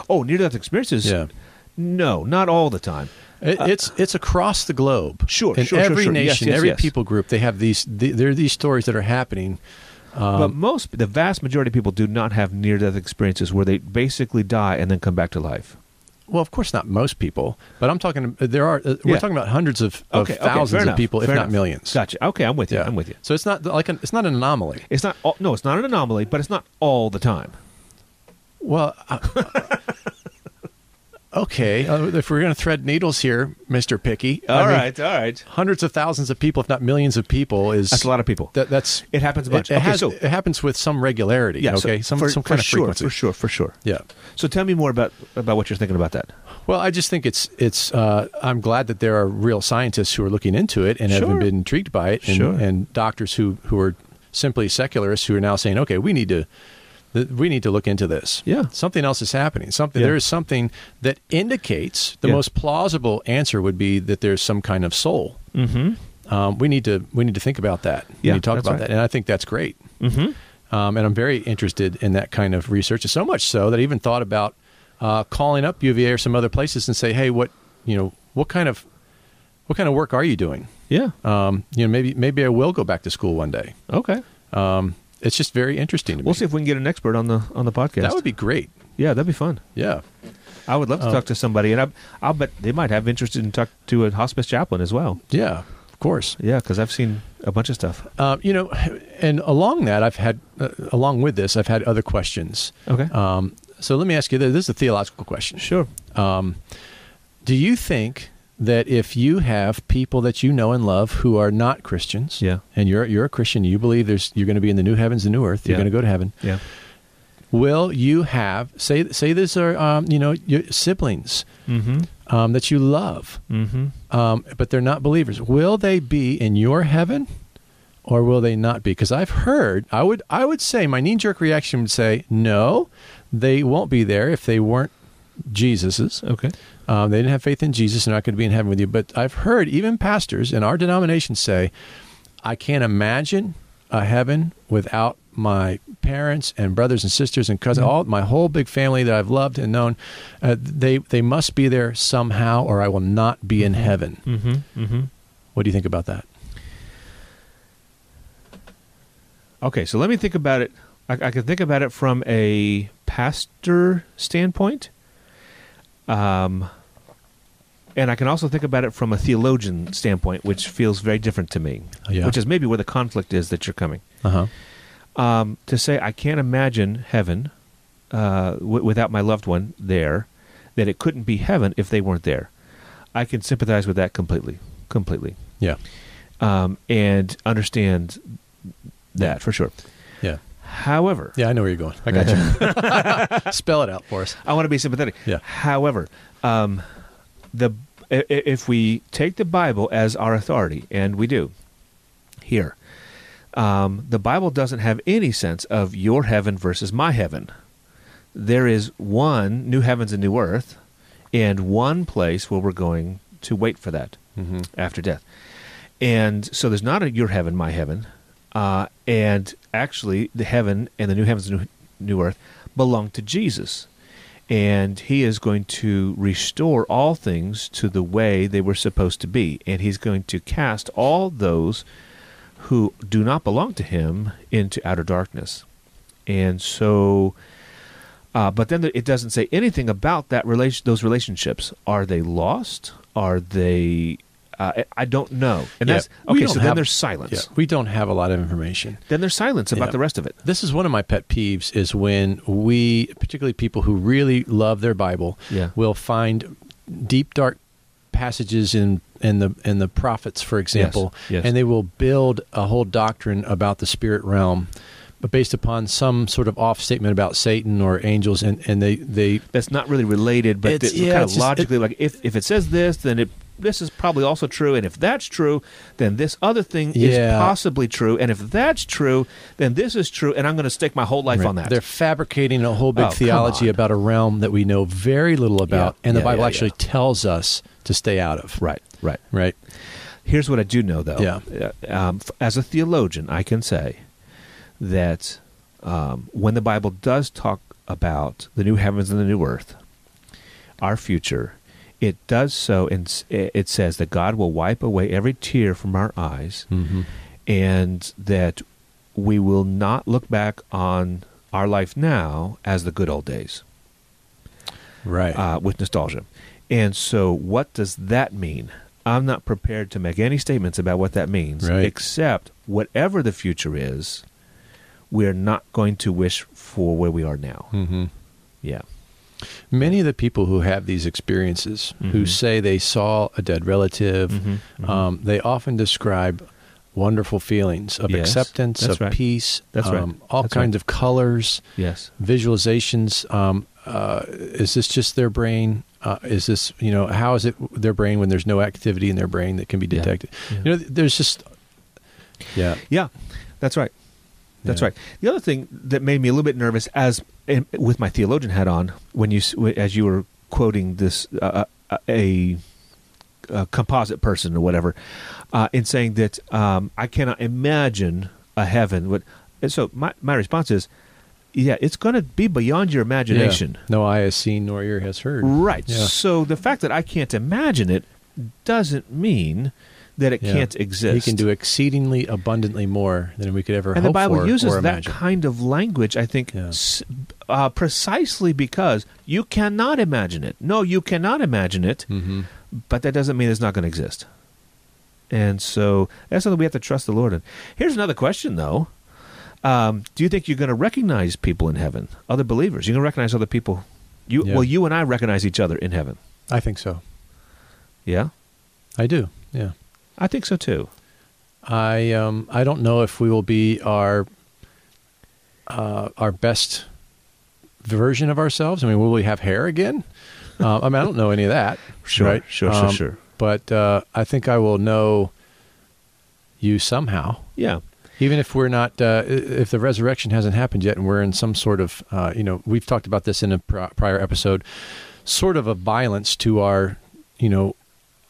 [SPEAKER 2] Oh, near death experiences?
[SPEAKER 1] Yeah.
[SPEAKER 2] No, not all the time.
[SPEAKER 1] It, it's it's across the globe.
[SPEAKER 2] Uh, Sure,
[SPEAKER 1] In
[SPEAKER 2] sure, sure,
[SPEAKER 1] every
[SPEAKER 2] sure. Yes,
[SPEAKER 1] nation,
[SPEAKER 2] yes,
[SPEAKER 1] every
[SPEAKER 2] yes.
[SPEAKER 1] people group, they have these. The, there are these stories that are happening.
[SPEAKER 2] but
[SPEAKER 1] Um,
[SPEAKER 2] most, the vast majority of people do not have near death experiences where they basically die and then come back to life.
[SPEAKER 1] Well, of course, not most people, but I'm talking. There are. Uh, We're
[SPEAKER 2] Yeah.
[SPEAKER 1] talking about hundreds of, of thousands of
[SPEAKER 2] enough,
[SPEAKER 1] people, if
[SPEAKER 2] fair
[SPEAKER 1] not
[SPEAKER 2] enough.
[SPEAKER 1] millions.
[SPEAKER 2] Gotcha. Okay, I'm with you.
[SPEAKER 1] Yeah,
[SPEAKER 2] I'm with you.
[SPEAKER 1] So it's not like an, it's not an anomaly.
[SPEAKER 2] It's not, all, no, it's not an anomaly, but it's not all the time.
[SPEAKER 1] Well, I-
[SPEAKER 2] [laughs]
[SPEAKER 1] okay. uh, if we're going to thread needles here, Mister Picky.
[SPEAKER 2] All
[SPEAKER 1] I mean,
[SPEAKER 2] right, all right.
[SPEAKER 1] Hundreds of thousands of people, if not millions of people, is
[SPEAKER 2] That's a lot of people.
[SPEAKER 1] That, that's
[SPEAKER 2] It happens a bunch.
[SPEAKER 1] It, it
[SPEAKER 2] Okay,
[SPEAKER 1] has,
[SPEAKER 2] so-
[SPEAKER 1] it happens with some regularity.
[SPEAKER 2] yeah, so
[SPEAKER 1] okay, some
[SPEAKER 2] for,
[SPEAKER 1] some kind
[SPEAKER 2] for
[SPEAKER 1] of
[SPEAKER 2] sure,
[SPEAKER 1] frequency.
[SPEAKER 2] For sure, for sure.
[SPEAKER 1] Yeah.
[SPEAKER 2] So tell me more about, about what you're thinking about that.
[SPEAKER 1] Well, I just think it's it's. Uh, I'm glad that there are real scientists who are looking into it and
[SPEAKER 2] Sure.
[SPEAKER 1] have been intrigued by it, and,
[SPEAKER 2] Sure.
[SPEAKER 1] and doctors who who are simply secularists who are now saying, okay, we need to. th- We need to look into this.
[SPEAKER 2] Yeah.
[SPEAKER 1] something else is happening. Something
[SPEAKER 2] Yeah.
[SPEAKER 1] there is something that indicates the
[SPEAKER 2] Yeah.
[SPEAKER 1] most plausible answer would be that there's some kind of soul. Mm-hmm. Um, we need to we need to think about that.
[SPEAKER 2] Yeah,
[SPEAKER 1] we need to talk
[SPEAKER 2] that's
[SPEAKER 1] about
[SPEAKER 2] right.
[SPEAKER 1] that, and I think that's great. Mm-hmm. Um, and I'm very interested in that kind of research. So much so that I even thought about uh, calling up UVA or some other places and say, hey, what you know, what kind of what kind of work are you doing?
[SPEAKER 2] Yeah.
[SPEAKER 1] Um, you know, maybe maybe I will go back to school one day.
[SPEAKER 2] Okay.
[SPEAKER 1] Um, it's just very interesting to me.
[SPEAKER 2] We'll see if we can get an expert on the on the podcast.
[SPEAKER 1] That would be Oh. great.
[SPEAKER 2] yeah, that'd be fun.
[SPEAKER 1] Yeah.
[SPEAKER 2] I would love to talk to somebody, and I, I'll bet they might have interest in talk to a hospice chaplain as well.
[SPEAKER 1] Yeah. Of course.
[SPEAKER 2] Yeah, because I've seen a bunch of stuff.
[SPEAKER 1] Uh, you know, and along that, I've had, uh, along with this, I've had other questions.
[SPEAKER 2] Okay.
[SPEAKER 1] Um, so let me ask you this. This is a theological question.
[SPEAKER 2] Sure.
[SPEAKER 1] Um, do you think that if you have people that you know and love who are not Christians,
[SPEAKER 2] Yeah.
[SPEAKER 1] and you're you're a Christian, you believe there's you're going to be in the new heavens, the new earth, you're
[SPEAKER 2] Yeah.
[SPEAKER 1] going to go to heaven.
[SPEAKER 2] Yeah.
[SPEAKER 1] Will you have say say these are um, you know your siblings
[SPEAKER 2] Mm-hmm.
[SPEAKER 1] um, that you love,
[SPEAKER 2] Mm-hmm.
[SPEAKER 1] um, but they're not believers? Will they be in your heaven, or will they not be? Because I've heard I would I would say my knee jerk reaction would say no, they won't be there if they weren't Jesus's.
[SPEAKER 2] Okay.
[SPEAKER 1] Um, they didn't have faith in Jesus and are not going to be in heaven with you. But I've heard even pastors in our denomination say, I can't imagine a heaven without my parents and brothers and sisters and
[SPEAKER 2] Mm-hmm.
[SPEAKER 1] cousins, all my whole big family that I've loved and known. Uh, they they must be there somehow, or I will not be in heaven.
[SPEAKER 2] Mm-hmm. Mm-hmm.
[SPEAKER 1] What do you think about that?
[SPEAKER 2] Okay, so let me think about it. I, I can think about it from a pastor standpoint, um, and I can also think about it from a theologian standpoint, which feels very different to me.
[SPEAKER 1] Yeah.
[SPEAKER 2] Which is maybe where the conflict is that you're coming.
[SPEAKER 1] Uh huh.
[SPEAKER 2] um, to say I can't imagine heaven uh, w- without my loved one there, that it couldn't be heaven if they weren't there. I can sympathize with that completely, completely,
[SPEAKER 1] Yeah.
[SPEAKER 2] um, and understand that for sure.
[SPEAKER 1] Yeah.
[SPEAKER 2] However,
[SPEAKER 1] Yeah. I know where you're going. I got you. [laughs] Spell it out for us.
[SPEAKER 2] I want to be sympathetic.
[SPEAKER 1] Yeah.
[SPEAKER 2] However, um, the i- i- if we take the Bible as our authority, and we do here, um, the Bible doesn't have any sense of your heaven versus my heaven. There is one new heavens and new earth, and one place where we're going to wait for that
[SPEAKER 1] Mm-hmm.
[SPEAKER 2] after death. And so there's not a your heaven, my heaven. Uh, and actually, the heaven and the new heavens and new, new earth belong to Jesus. and he is going to restore all things to the way they were supposed to be, and he's going to cast all those who do not belong to him into outer darkness. And so, uh, but then it doesn't say anything about that relation. Those relationships are they lost? Are they? Uh, I- I don't know. And
[SPEAKER 1] Yeah,
[SPEAKER 2] that's
[SPEAKER 1] we
[SPEAKER 2] okay.
[SPEAKER 1] don't
[SPEAKER 2] So then
[SPEAKER 1] have-
[SPEAKER 2] there's silence.
[SPEAKER 1] Yeah, we don't have a lot of information.
[SPEAKER 2] Then there's silence about
[SPEAKER 1] Yeah.
[SPEAKER 2] the rest of it.
[SPEAKER 1] This is one of my pet peeves is when we, particularly people who really love their Bible,
[SPEAKER 2] Yeah.
[SPEAKER 1] will find deep dark passages in in the in the prophets, for example,
[SPEAKER 2] yes.
[SPEAKER 1] and they will build a whole doctrine about the spirit realm, but based upon some sort of off statement about Satan or angels, and and they they
[SPEAKER 2] That's not really related, but
[SPEAKER 1] It's-
[SPEAKER 2] it's,
[SPEAKER 1] yeah,
[SPEAKER 2] kind
[SPEAKER 1] it's
[SPEAKER 2] of
[SPEAKER 1] just-
[SPEAKER 2] logically like if if it says this, then it this is probably also true, and if that's true, then this other thing is
[SPEAKER 1] Yeah.
[SPEAKER 2] possibly true, and if that's true, then this is true, and I'm going to stake my whole life on that.
[SPEAKER 1] They're fabricating a whole big
[SPEAKER 2] Oh, come
[SPEAKER 1] theology
[SPEAKER 2] on.
[SPEAKER 1] about a realm that we know very little about,
[SPEAKER 2] Yeah,
[SPEAKER 1] and the
[SPEAKER 2] yeah,
[SPEAKER 1] Bible
[SPEAKER 2] yeah,
[SPEAKER 1] actually tells us to stay out of.
[SPEAKER 2] right, right.
[SPEAKER 1] Right.
[SPEAKER 2] Here's what I do know, though.
[SPEAKER 1] Yeah.
[SPEAKER 2] Uh, Um, f- as a theologian, I can say that um, when the Bible does talk about the new heavens and the new earth, our future, it does so, and it says that God will wipe away every tear from our eyes,
[SPEAKER 1] Mm-hmm.
[SPEAKER 2] and that we will not look back on our life now as the good old days
[SPEAKER 1] Right.
[SPEAKER 2] uh, with nostalgia. And so, what does that mean? I'm not prepared to make any statements about what that means,
[SPEAKER 1] Right.
[SPEAKER 2] except whatever the future is, we're not going to wish for where we are now.
[SPEAKER 1] hmm
[SPEAKER 2] Yeah.
[SPEAKER 1] Many of the people who have these experiences, who
[SPEAKER 2] Mhm.
[SPEAKER 1] say they saw a dead relative,
[SPEAKER 2] Mhm, mhm.
[SPEAKER 1] Um, they often describe wonderful feelings of
[SPEAKER 2] Yes,
[SPEAKER 1] acceptance,
[SPEAKER 2] that's
[SPEAKER 1] of
[SPEAKER 2] right.
[SPEAKER 1] peace,
[SPEAKER 2] That's right.
[SPEAKER 1] um, all
[SPEAKER 2] That's
[SPEAKER 1] kinds
[SPEAKER 2] right.
[SPEAKER 1] of colors,
[SPEAKER 2] Yes.
[SPEAKER 1] visualizations. Um, uh, is this just their brain? Uh, is this you know how is it their brain when there's no activity in their brain that can be
[SPEAKER 2] Yeah.
[SPEAKER 1] detected?
[SPEAKER 2] Yeah.
[SPEAKER 1] You know, there's just yeah,
[SPEAKER 2] Yeah, that's right. That's
[SPEAKER 1] Yeah.
[SPEAKER 2] right. The other thing that made me a little bit nervous, as in, with my theologian hat on, when you s- as you were quoting this uh, uh, a, a composite person or whatever, uh, in saying that um, I cannot imagine a heaven. What, and so my my response is, yeah, it's going to be beyond your
[SPEAKER 1] Yeah.
[SPEAKER 2] imagination.
[SPEAKER 1] No eye has seen nor ear has heard.
[SPEAKER 2] Right.
[SPEAKER 1] Yeah.
[SPEAKER 2] So the fact that I can't imagine it doesn't mean that it
[SPEAKER 1] Yeah.
[SPEAKER 2] can't exist.
[SPEAKER 1] He can do exceedingly abundantly more than we could ever
[SPEAKER 2] and
[SPEAKER 1] hope
[SPEAKER 2] the Bible
[SPEAKER 1] for
[SPEAKER 2] uses
[SPEAKER 1] or
[SPEAKER 2] that
[SPEAKER 1] imagine.
[SPEAKER 2] kind of language, I think,
[SPEAKER 1] Yeah.
[SPEAKER 2] s- uh, precisely because you cannot imagine it. No, you cannot imagine it,
[SPEAKER 1] hmm
[SPEAKER 2] but that doesn't mean it's not going to exist. And so that's something we have to trust the Lord in. Here's another question, though. Um, do you think you're going to recognize people in heaven, other believers? You're going to recognize other people. You
[SPEAKER 1] Yeah.
[SPEAKER 2] well, you and I recognize each other in heaven.
[SPEAKER 1] I think so.
[SPEAKER 2] Yeah,
[SPEAKER 1] I do. Yeah.
[SPEAKER 2] I think so too.
[SPEAKER 1] I um I don't know if we will be our uh, our best version of ourselves. I mean, will we have hair again? Uh, I mean, I don't know any of that.
[SPEAKER 2] [laughs] Sure,
[SPEAKER 1] right? Um,
[SPEAKER 2] sure, sure, sure.
[SPEAKER 1] But uh, I think I will know you somehow,
[SPEAKER 2] Yeah,
[SPEAKER 1] even if we're not. Uh, i- if the resurrection hasn't happened yet, and we're in some sort of, uh, you know, we've talked about this in a pri prior episode, sort of a violence to our, you know,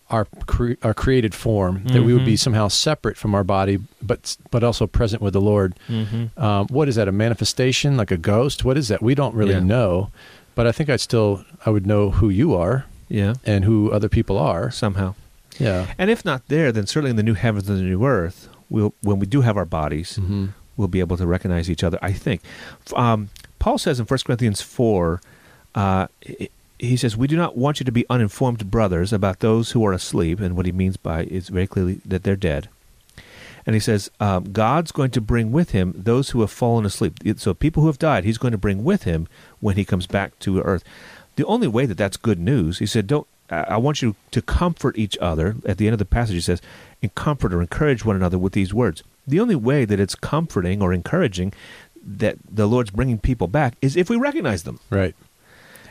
[SPEAKER 1] our cre- our created form that we would be
[SPEAKER 2] Mhm.
[SPEAKER 1] somehow separate from our body, but but also present with the Lord.
[SPEAKER 2] mm-hmm.
[SPEAKER 1] Um, what is that? A manifestation, like a ghost? What is that? We don't really
[SPEAKER 2] Yeah.
[SPEAKER 1] know, but I think I still I would know who you are
[SPEAKER 2] yeah.
[SPEAKER 1] and who other people are.
[SPEAKER 2] Somehow.
[SPEAKER 1] Yeah.
[SPEAKER 2] And if not there, then certainly in the new heavens and the new earth, we'll, when we do have our bodies,
[SPEAKER 1] Mm-hmm.
[SPEAKER 2] we'll be able to recognize each other, I think. F- Um, Paul says in 1 Corinthians 4, uh, he- he says, We do not want you to be uninformed, brothers, about those who are asleep. And what he means by is very clearly that they're dead. And he says, um, God's going to bring with him those who have fallen asleep. So people who have died, he's going to bring with him when he comes back to earth. The only way that that's good news, he said, don't. I I want you to comfort each other. At the end of the passage, he says, and comfort or encourage one another with these words. The only way that it's comforting or encouraging that the Lord's bringing people back is if we recognize them.
[SPEAKER 1] Right.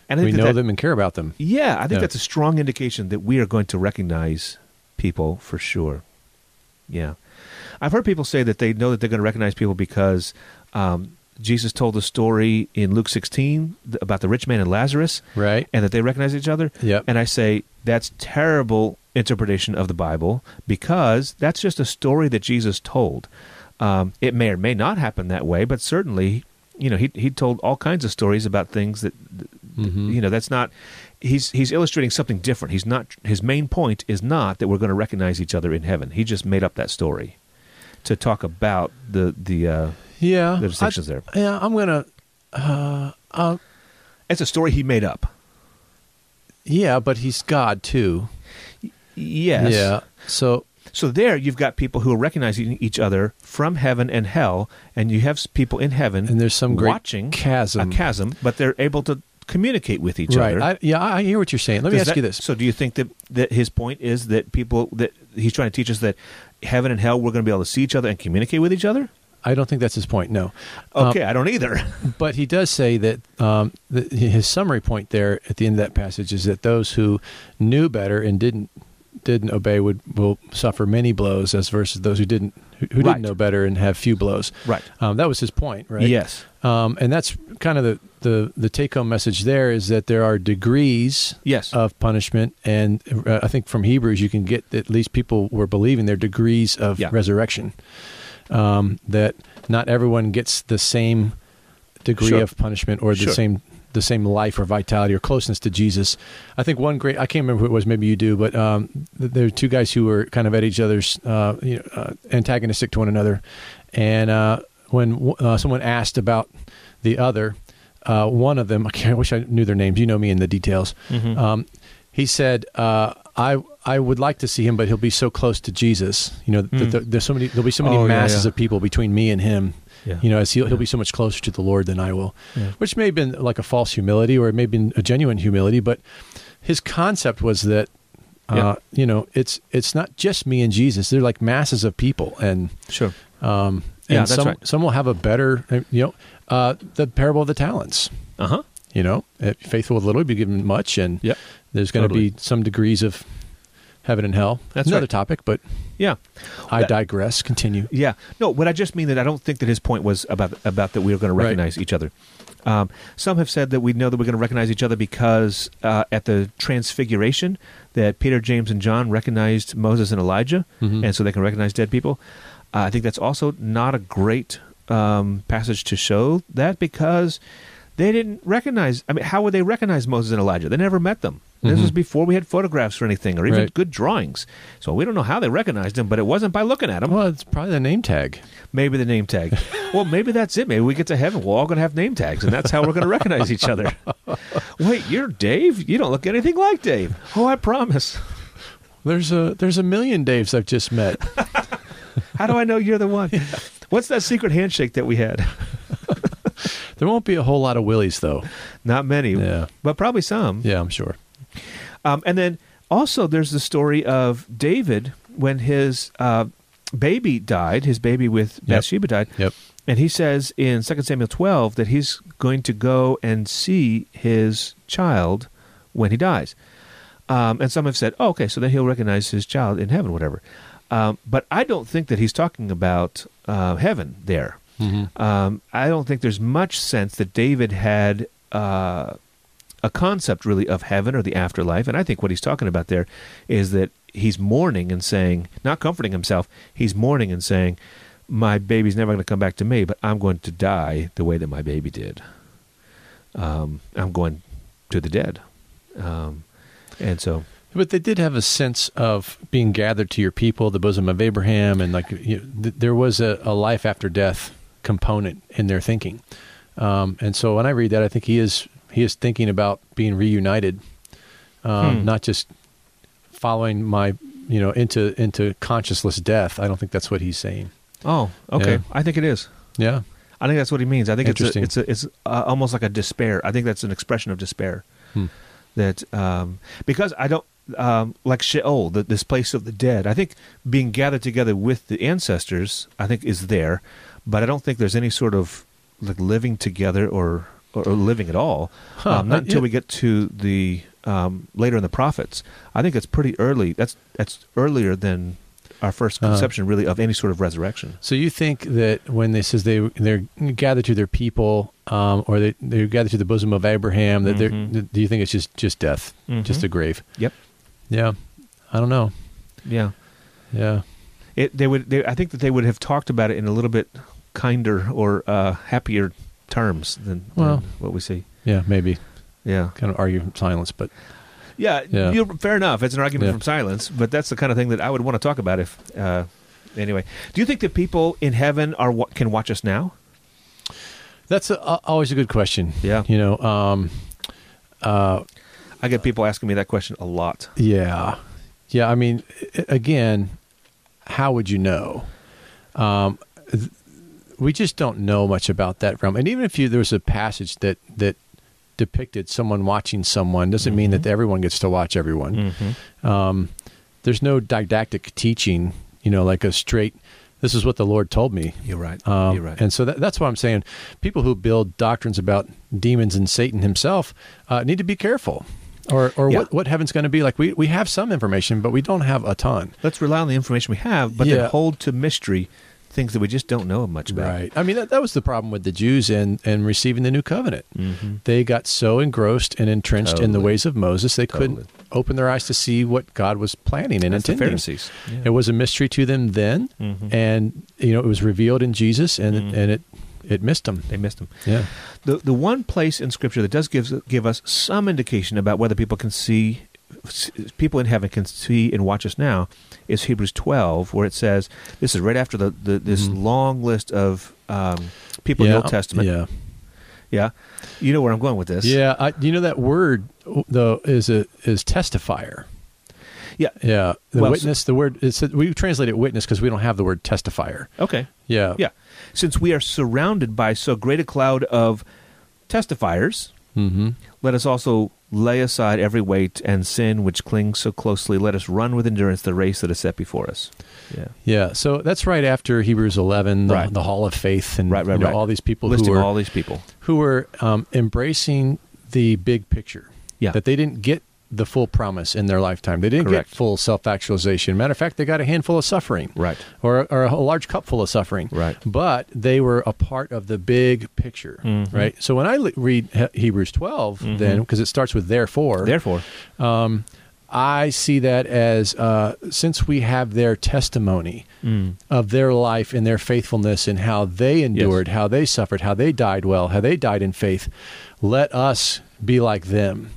[SPEAKER 2] And I
[SPEAKER 1] We
[SPEAKER 2] think that
[SPEAKER 1] know
[SPEAKER 2] that-
[SPEAKER 1] them and care about them.
[SPEAKER 2] yeah, I think
[SPEAKER 1] Yeah.
[SPEAKER 2] that's a strong indication that we are going to recognize people for sure. Yeah. I've heard people say that they know that they're going to recognize people because um, Jesus told the story in Luke 16 th- about the rich man and Lazarus
[SPEAKER 1] Right.
[SPEAKER 2] and that they recognize each other.
[SPEAKER 1] Yep.
[SPEAKER 2] And I say that's terrible interpretation of the Bible because that's just a story that Jesus told. Um, it may or may not happen that way, but certainly, you know, he he told all kinds of stories about things that
[SPEAKER 1] Mm-hmm.
[SPEAKER 2] You know, that's not. He's he's illustrating something different. He's not. His main point is not that we're going to recognize each other in heaven. He just made up that story to talk about the the. Uh,
[SPEAKER 1] Yeah.
[SPEAKER 2] The distinctions
[SPEAKER 1] I-
[SPEAKER 2] there.
[SPEAKER 1] Yeah, I'm gonna.
[SPEAKER 2] it's a story he made up.
[SPEAKER 1] Yeah, but he's God too.
[SPEAKER 2] Yes.
[SPEAKER 1] Yeah. So
[SPEAKER 2] So there you've got people who are recognizing each other from heaven and hell, and you have s- people in heaven
[SPEAKER 1] And there's some great
[SPEAKER 2] watching
[SPEAKER 1] chasm.
[SPEAKER 2] a chasm, but they're able to communicate with each
[SPEAKER 1] right.
[SPEAKER 2] other.
[SPEAKER 1] I, yeah, I hear what you're saying. Let me
[SPEAKER 2] Does
[SPEAKER 1] ask
[SPEAKER 2] that-
[SPEAKER 1] you this.
[SPEAKER 2] So do you think that, that his point is that people that he's trying to teach us that heaven and hell we're going to be able to see each other and communicate with each other?
[SPEAKER 1] I don't think that's his point. No. Um,
[SPEAKER 2] Okay, I don't either.
[SPEAKER 1] But he does say that um, the, his summary point there at the end of that passage is that those who knew better and didn't didn't obey would will suffer many blows, as versus those who didn't who, who
[SPEAKER 2] Right.
[SPEAKER 1] didn't know better and have few blows.
[SPEAKER 2] Right.
[SPEAKER 1] Um, that was his point, right?
[SPEAKER 2] [laughs] Yes.
[SPEAKER 1] Um, and that's kind of the the, the take home message there is that there are degrees
[SPEAKER 2] Yes.
[SPEAKER 1] of punishment, and uh, I think from Hebrews you can get at least people were believing their degrees of
[SPEAKER 2] Yeah.
[SPEAKER 1] resurrection. Um, that not everyone gets the same degree
[SPEAKER 2] Sure.
[SPEAKER 1] of punishment or the
[SPEAKER 2] Sure.
[SPEAKER 1] same the same life or vitality or closeness to Jesus. I think one great I can't remember who it was. Maybe you do, but um, th- there are two guys who were kind of at each other's uh, you know, uh, antagonistic to one another, and uh, when w- uh, someone asked about the other, uh, one of them I, can't, I wish I knew their names. You know me in the details.
[SPEAKER 2] Mm-hmm.
[SPEAKER 1] Um, he said. Uh, I, I would like to see him, but he'll be so close to Jesus. You know, that there- there's so many, there'll be so many
[SPEAKER 2] Hmm. Oh, yeah,
[SPEAKER 1] masses
[SPEAKER 2] yeah.
[SPEAKER 1] of people between me and him.
[SPEAKER 2] Yeah.
[SPEAKER 1] You know, as he'll, he'll be so much closer to the Lord than I will, which may have been like a false humility or it may have been a genuine humility, but his concept was that, uh,
[SPEAKER 2] Yeah.
[SPEAKER 1] you know, it's it's not just me and Jesus. They're like masses of people, and
[SPEAKER 2] sure.
[SPEAKER 1] um, and
[SPEAKER 2] Yeah, that's
[SPEAKER 1] some
[SPEAKER 2] right.
[SPEAKER 1] some will have a better, uh, you know, uh, the parable of the talents.
[SPEAKER 2] Uh huh.
[SPEAKER 1] You know, uh, faithful with little, you'll be given much, and
[SPEAKER 2] Yep.
[SPEAKER 1] there's going to
[SPEAKER 2] Totally.
[SPEAKER 1] be some degrees of heaven and hell.
[SPEAKER 2] That's
[SPEAKER 1] another
[SPEAKER 2] right.
[SPEAKER 1] topic, but
[SPEAKER 2] Yeah.
[SPEAKER 1] I
[SPEAKER 2] That-
[SPEAKER 1] digress. Continue.
[SPEAKER 2] Yeah. No, what I just mean that I don't think that his point was about about that we are going to
[SPEAKER 1] Right.
[SPEAKER 2] recognize each other. Um, some have said that we know that we're going to recognize each other because uh, at the transfiguration that Peter, James, and John recognized Moses and Elijah,
[SPEAKER 1] Mhm.
[SPEAKER 2] and so they can recognize dead people. Uh, I think that's also not a great um, passage to show that because they didn't recognize. I mean, how would they recognize Moses and Elijah? They never met them. This
[SPEAKER 1] Mhm.
[SPEAKER 2] was before we had photographs or anything, or even
[SPEAKER 1] Right.
[SPEAKER 2] good drawings. So we don't know how they recognized them, but it wasn't by looking at them.
[SPEAKER 1] Well, it's probably the name tag.
[SPEAKER 2] Maybe the name tag. well, maybe that's it. Maybe we get to heaven. We're all going to have name tags, and that's how we're going to recognize
[SPEAKER 1] [laughs]
[SPEAKER 2] each other. Wait, you're Dave? You don't look anything like Dave. Oh, I promise.
[SPEAKER 1] There's a there's a million Daves I've just
[SPEAKER 2] [laughs]
[SPEAKER 1] met.
[SPEAKER 2] How do I know you're the one? What's that secret handshake that we had?
[SPEAKER 1] There won't be a whole lot of Willies though.
[SPEAKER 2] Not many,
[SPEAKER 1] Yeah.
[SPEAKER 2] but probably some.
[SPEAKER 1] Yeah, I'm sure.
[SPEAKER 2] Um, and then also, there's the story of David when his uh, baby died, his baby with Bathsheba died.
[SPEAKER 1] Yep.
[SPEAKER 2] And he says in 2 Samuel 12 that he's going to go and see his child when he dies. Um, and some have said, oh, okay, so then he'll recognize his child in heaven, whatever. Um, but I don't think that he's talking about uh, heaven there. Um, I don't think there's much sense that David had uh, a concept really of heaven or the afterlife. And I think what he's talking about there is that he's mourning and saying, not comforting himself, he's mourning and saying, my baby's never going to come back to me, but I'm going to die the way that my baby did. Um, I'm going to the dead. Um, and so,
[SPEAKER 1] But they did have a sense of being gathered to your people, the bosom of Abraham, and like you, th- there was a, a life after death component in their thinking. Um, and so when I read that, I think he is he is thinking about being reunited, um,
[SPEAKER 2] Hmm.
[SPEAKER 1] not just following my you know into into consciousless death. I don't think that's what he's saying.
[SPEAKER 2] oh, okay.
[SPEAKER 1] Yeah.
[SPEAKER 2] I think it is.
[SPEAKER 1] Yeah.
[SPEAKER 2] I think that's what he means. I think it's a,
[SPEAKER 1] Interesting.
[SPEAKER 2] it's a, it's uh, almost like a despair. I think that's an expression of despair.
[SPEAKER 1] Hmm.
[SPEAKER 2] that um, because I don't um, like Sheol, the, this place of the dead. I think being gathered together with the ancestors, I think, is there, but I don't think there's any sort of like living together or or, or living at all.
[SPEAKER 1] Huh,
[SPEAKER 2] um, not
[SPEAKER 1] uh,
[SPEAKER 2] until
[SPEAKER 1] yeah.
[SPEAKER 2] we get to the um, later in the prophets. I think it's pretty early. That's that's earlier than our first
[SPEAKER 1] Uh-huh.
[SPEAKER 2] conception, really, of any sort of resurrection.
[SPEAKER 1] So you think that when they says they they're gathered to their people, um, or they they're gathered to the bosom of Abraham, that
[SPEAKER 2] Mhm.
[SPEAKER 1] they're, do you think it's just just death, just
[SPEAKER 2] Mhm.
[SPEAKER 1] a grave?
[SPEAKER 2] Yep.
[SPEAKER 1] Yeah, I don't know.
[SPEAKER 2] Yeah.
[SPEAKER 1] Yeah,
[SPEAKER 2] It, they would. They, I think that they would have talked about it in a little bit kinder or uh, happier terms than,
[SPEAKER 1] Well,
[SPEAKER 2] than what we see.
[SPEAKER 1] yeah, maybe.
[SPEAKER 2] Yeah.
[SPEAKER 1] Kind of argue from silence, but
[SPEAKER 2] Yeah,
[SPEAKER 1] Yeah.
[SPEAKER 2] You're, fair enough. It's an argument
[SPEAKER 1] Yeah.
[SPEAKER 2] from silence, but that's the kind of thing that I would want to talk about. If uh, anyway, do you think that people in heaven are wa- can watch us now?
[SPEAKER 1] that's a, a- always a good question.
[SPEAKER 2] Yeah.
[SPEAKER 1] You know, um,
[SPEAKER 2] I get people asking me that question a lot.
[SPEAKER 1] Yeah. Yeah. I mean, a- again, how would you know? Um, th- we just don't know much about that realm. And even if you, there was a passage that, that depicted someone watching someone, doesn't mean that everyone gets to watch everyone.
[SPEAKER 2] Mm. Mm-hmm.
[SPEAKER 1] Um, there's no didactic teaching, you know, like a straight, this is what the Lord told me.
[SPEAKER 2] You're right.
[SPEAKER 1] Um,
[SPEAKER 2] You're right.
[SPEAKER 1] And so that, that's why I'm saying people who build doctrines about demons and Satan himself uh, need to be careful. Or, or
[SPEAKER 2] Yeah.
[SPEAKER 1] what, what heaven's going to be like. We, we have some information, but we don't have a ton.
[SPEAKER 2] Let's rely on the information we have, but then
[SPEAKER 1] Yeah.
[SPEAKER 2] hold to mystery things that we just don't know much about.
[SPEAKER 1] I mean, that, that was the problem with the Jews and, and receiving the new covenant.
[SPEAKER 2] Mm-hmm.
[SPEAKER 1] They got so engrossed and entrenched in the
[SPEAKER 2] Totally.
[SPEAKER 1] ways of Moses, they couldn't
[SPEAKER 2] Totally.
[SPEAKER 1] open their eyes to see what God was planning and
[SPEAKER 2] That's the
[SPEAKER 1] intending.
[SPEAKER 2] Pharisees.
[SPEAKER 1] It was a mystery to them then,
[SPEAKER 2] Mhm.
[SPEAKER 1] and you know it was revealed in Jesus, and
[SPEAKER 2] Mhm.
[SPEAKER 1] and it it missed them.
[SPEAKER 2] They missed them.
[SPEAKER 1] Yeah,
[SPEAKER 2] The the one place in Scripture that does give give us some indication about whether people can see s- people in heaven can see and watch us now is Hebrews twelve, where it says this is right after the, the this
[SPEAKER 1] Mhm.
[SPEAKER 2] long list of um, people
[SPEAKER 1] yeah,
[SPEAKER 2] in the Old Testament.
[SPEAKER 1] Yeah,
[SPEAKER 2] Yeah. you know where I'm going with this.
[SPEAKER 1] Yeah, I, you know that word though is a is testifier.
[SPEAKER 2] yeah.
[SPEAKER 1] Yeah, the
[SPEAKER 2] Well,
[SPEAKER 1] witness. the word it's, we translate it witness because we don't have the word testifier.
[SPEAKER 2] Okay,
[SPEAKER 1] Yeah,
[SPEAKER 2] yeah. Since we are surrounded by so great a cloud of testifiers,
[SPEAKER 1] hmm
[SPEAKER 2] Let us also lay aside every weight and sin which clings so closely. Let us run with endurance the race that is set before us. Yeah.
[SPEAKER 1] Yeah, so that's right after Hebrews eleven, the,
[SPEAKER 2] Right.
[SPEAKER 1] the Hall of Faith, and
[SPEAKER 2] Right, right,
[SPEAKER 1] you know,
[SPEAKER 2] right.
[SPEAKER 1] all these people
[SPEAKER 2] Listing
[SPEAKER 1] who were
[SPEAKER 2] all these people.
[SPEAKER 1] who were um, embracing the big picture.
[SPEAKER 2] Yeah.
[SPEAKER 1] that they didn't get the full promise in their lifetime. They didn't
[SPEAKER 2] Correct.
[SPEAKER 1] get full self actualization. Matter of fact, they got a handful of suffering.
[SPEAKER 2] Right.
[SPEAKER 1] or, or a large cup full of suffering.
[SPEAKER 2] Right.
[SPEAKER 1] But they were a part of the big picture,
[SPEAKER 2] Mhm.
[SPEAKER 1] right? So when I le- read He- Hebrews 12, then, because it starts with therefore,
[SPEAKER 2] Mm-hmm. Therefore,
[SPEAKER 1] I see that as uh, since we have their testimony
[SPEAKER 2] Mm.
[SPEAKER 1] of their life and their faithfulness and how they endured, how they suffered, how they died well, how they died in faith, let us be like them.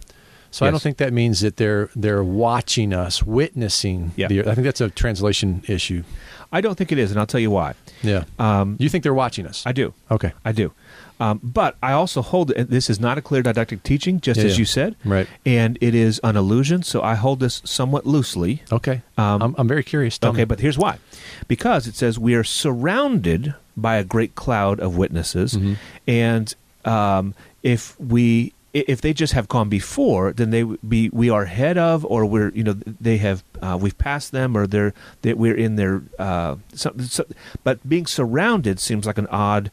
[SPEAKER 1] So I
[SPEAKER 2] Yes.
[SPEAKER 1] don't think that means that they're they're watching us, witnessing.
[SPEAKER 2] Yeah.
[SPEAKER 1] The, I think that's a translation issue.
[SPEAKER 2] I don't think it is, and I'll tell you why.
[SPEAKER 1] Yeah.
[SPEAKER 2] Um,
[SPEAKER 1] you think they're watching us?
[SPEAKER 2] I do.
[SPEAKER 1] Okay.
[SPEAKER 2] I do. Um, but I also hold that this is not a clear didactic teaching, just
[SPEAKER 1] Yeah,
[SPEAKER 2] as
[SPEAKER 1] yeah.
[SPEAKER 2] you said.
[SPEAKER 1] Right.
[SPEAKER 2] And it is an illusion, so I hold this somewhat loosely.
[SPEAKER 1] Okay.
[SPEAKER 2] Um,
[SPEAKER 1] I'm, I'm very curious. Tell
[SPEAKER 2] okay,
[SPEAKER 1] me.
[SPEAKER 2] but here's why. Because it says we are surrounded by a great cloud of witnesses,
[SPEAKER 1] Mhm.
[SPEAKER 2] and um, if we i- if they just have gone before, then they would be we are ahead of, or we're you know they have uh, we've passed them, or they're that we're in their. Uh, some, so, but being surrounded seems like an odd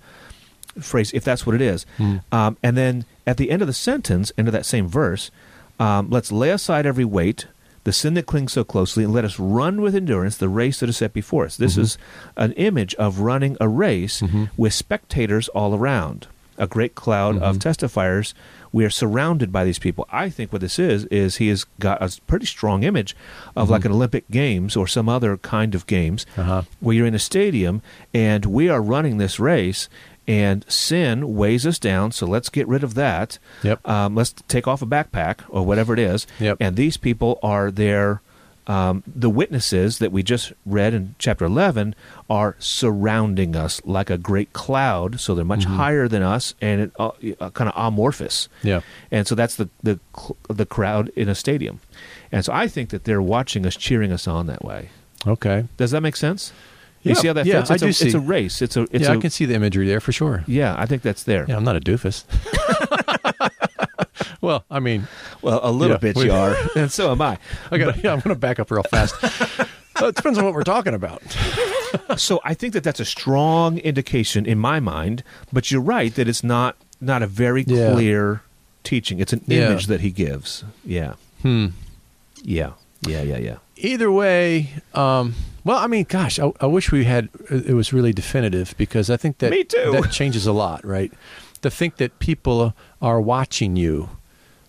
[SPEAKER 2] phrase if that's what it is.
[SPEAKER 1] Mm.
[SPEAKER 2] Um, and then at the end of the sentence, end of that same verse, um, let's lay aside every weight, the sin that clings so closely, and let us run with endurance the race that is set before us. This is an image of running a race
[SPEAKER 1] Mhm.
[SPEAKER 2] with spectators all around, a great cloud of testifiers. We are surrounded by these people. I think what this is is he has got a pretty strong image of like an Olympic Games or some other kind of games
[SPEAKER 1] Uh-huh.
[SPEAKER 2] where you're in a stadium and we are running this race and sin weighs us down so let's get rid of that
[SPEAKER 1] Yep.
[SPEAKER 2] um, let's take off a backpack or whatever it is
[SPEAKER 1] Yep.
[SPEAKER 2] and these people are there um, the witnesses that we just read in chapter 11 are surrounding us like a great cloud so they're much
[SPEAKER 1] Mm-hmm.
[SPEAKER 2] higher than us and it, uh, uh, kind of amorphous
[SPEAKER 1] Yeah.
[SPEAKER 2] and so that's the, the cl- the crowd in a stadium and so i think that they're watching us cheering us on that way
[SPEAKER 1] Okay.
[SPEAKER 2] does that make sense?
[SPEAKER 1] Yeah.
[SPEAKER 2] You see how that
[SPEAKER 1] Yeah,
[SPEAKER 2] fits?
[SPEAKER 1] I
[SPEAKER 2] It's,
[SPEAKER 1] do
[SPEAKER 2] a,
[SPEAKER 1] see.
[SPEAKER 2] it's a race. It's a it's
[SPEAKER 1] yeah, I
[SPEAKER 2] a-
[SPEAKER 1] can see the imagery there for sure.
[SPEAKER 2] yeah, I think that's there.
[SPEAKER 1] Yeah, I'm not a doofus. [laughs] well, I mean,
[SPEAKER 2] Well, a little
[SPEAKER 1] Yeah,
[SPEAKER 2] bit
[SPEAKER 1] we-
[SPEAKER 2] you are, [laughs] and so am I.
[SPEAKER 1] I got. Yeah, I'm going to back up real [laughs] fast. Uh, it depends on what we're talking about.
[SPEAKER 2] So I think that that's a strong indication in my mind. But you're right that it's not not a very
[SPEAKER 1] Yeah.
[SPEAKER 2] clear teaching. It's an
[SPEAKER 1] Yeah.
[SPEAKER 2] image that he gives. Yeah,
[SPEAKER 1] Hmm.
[SPEAKER 2] yeah, yeah, yeah, yeah.
[SPEAKER 1] Either way, um, well, I mean, gosh, I, I wish we had. uh, It was really definitive because I think that
[SPEAKER 2] Me too.
[SPEAKER 1] that changes a lot, right? To think that people are watching you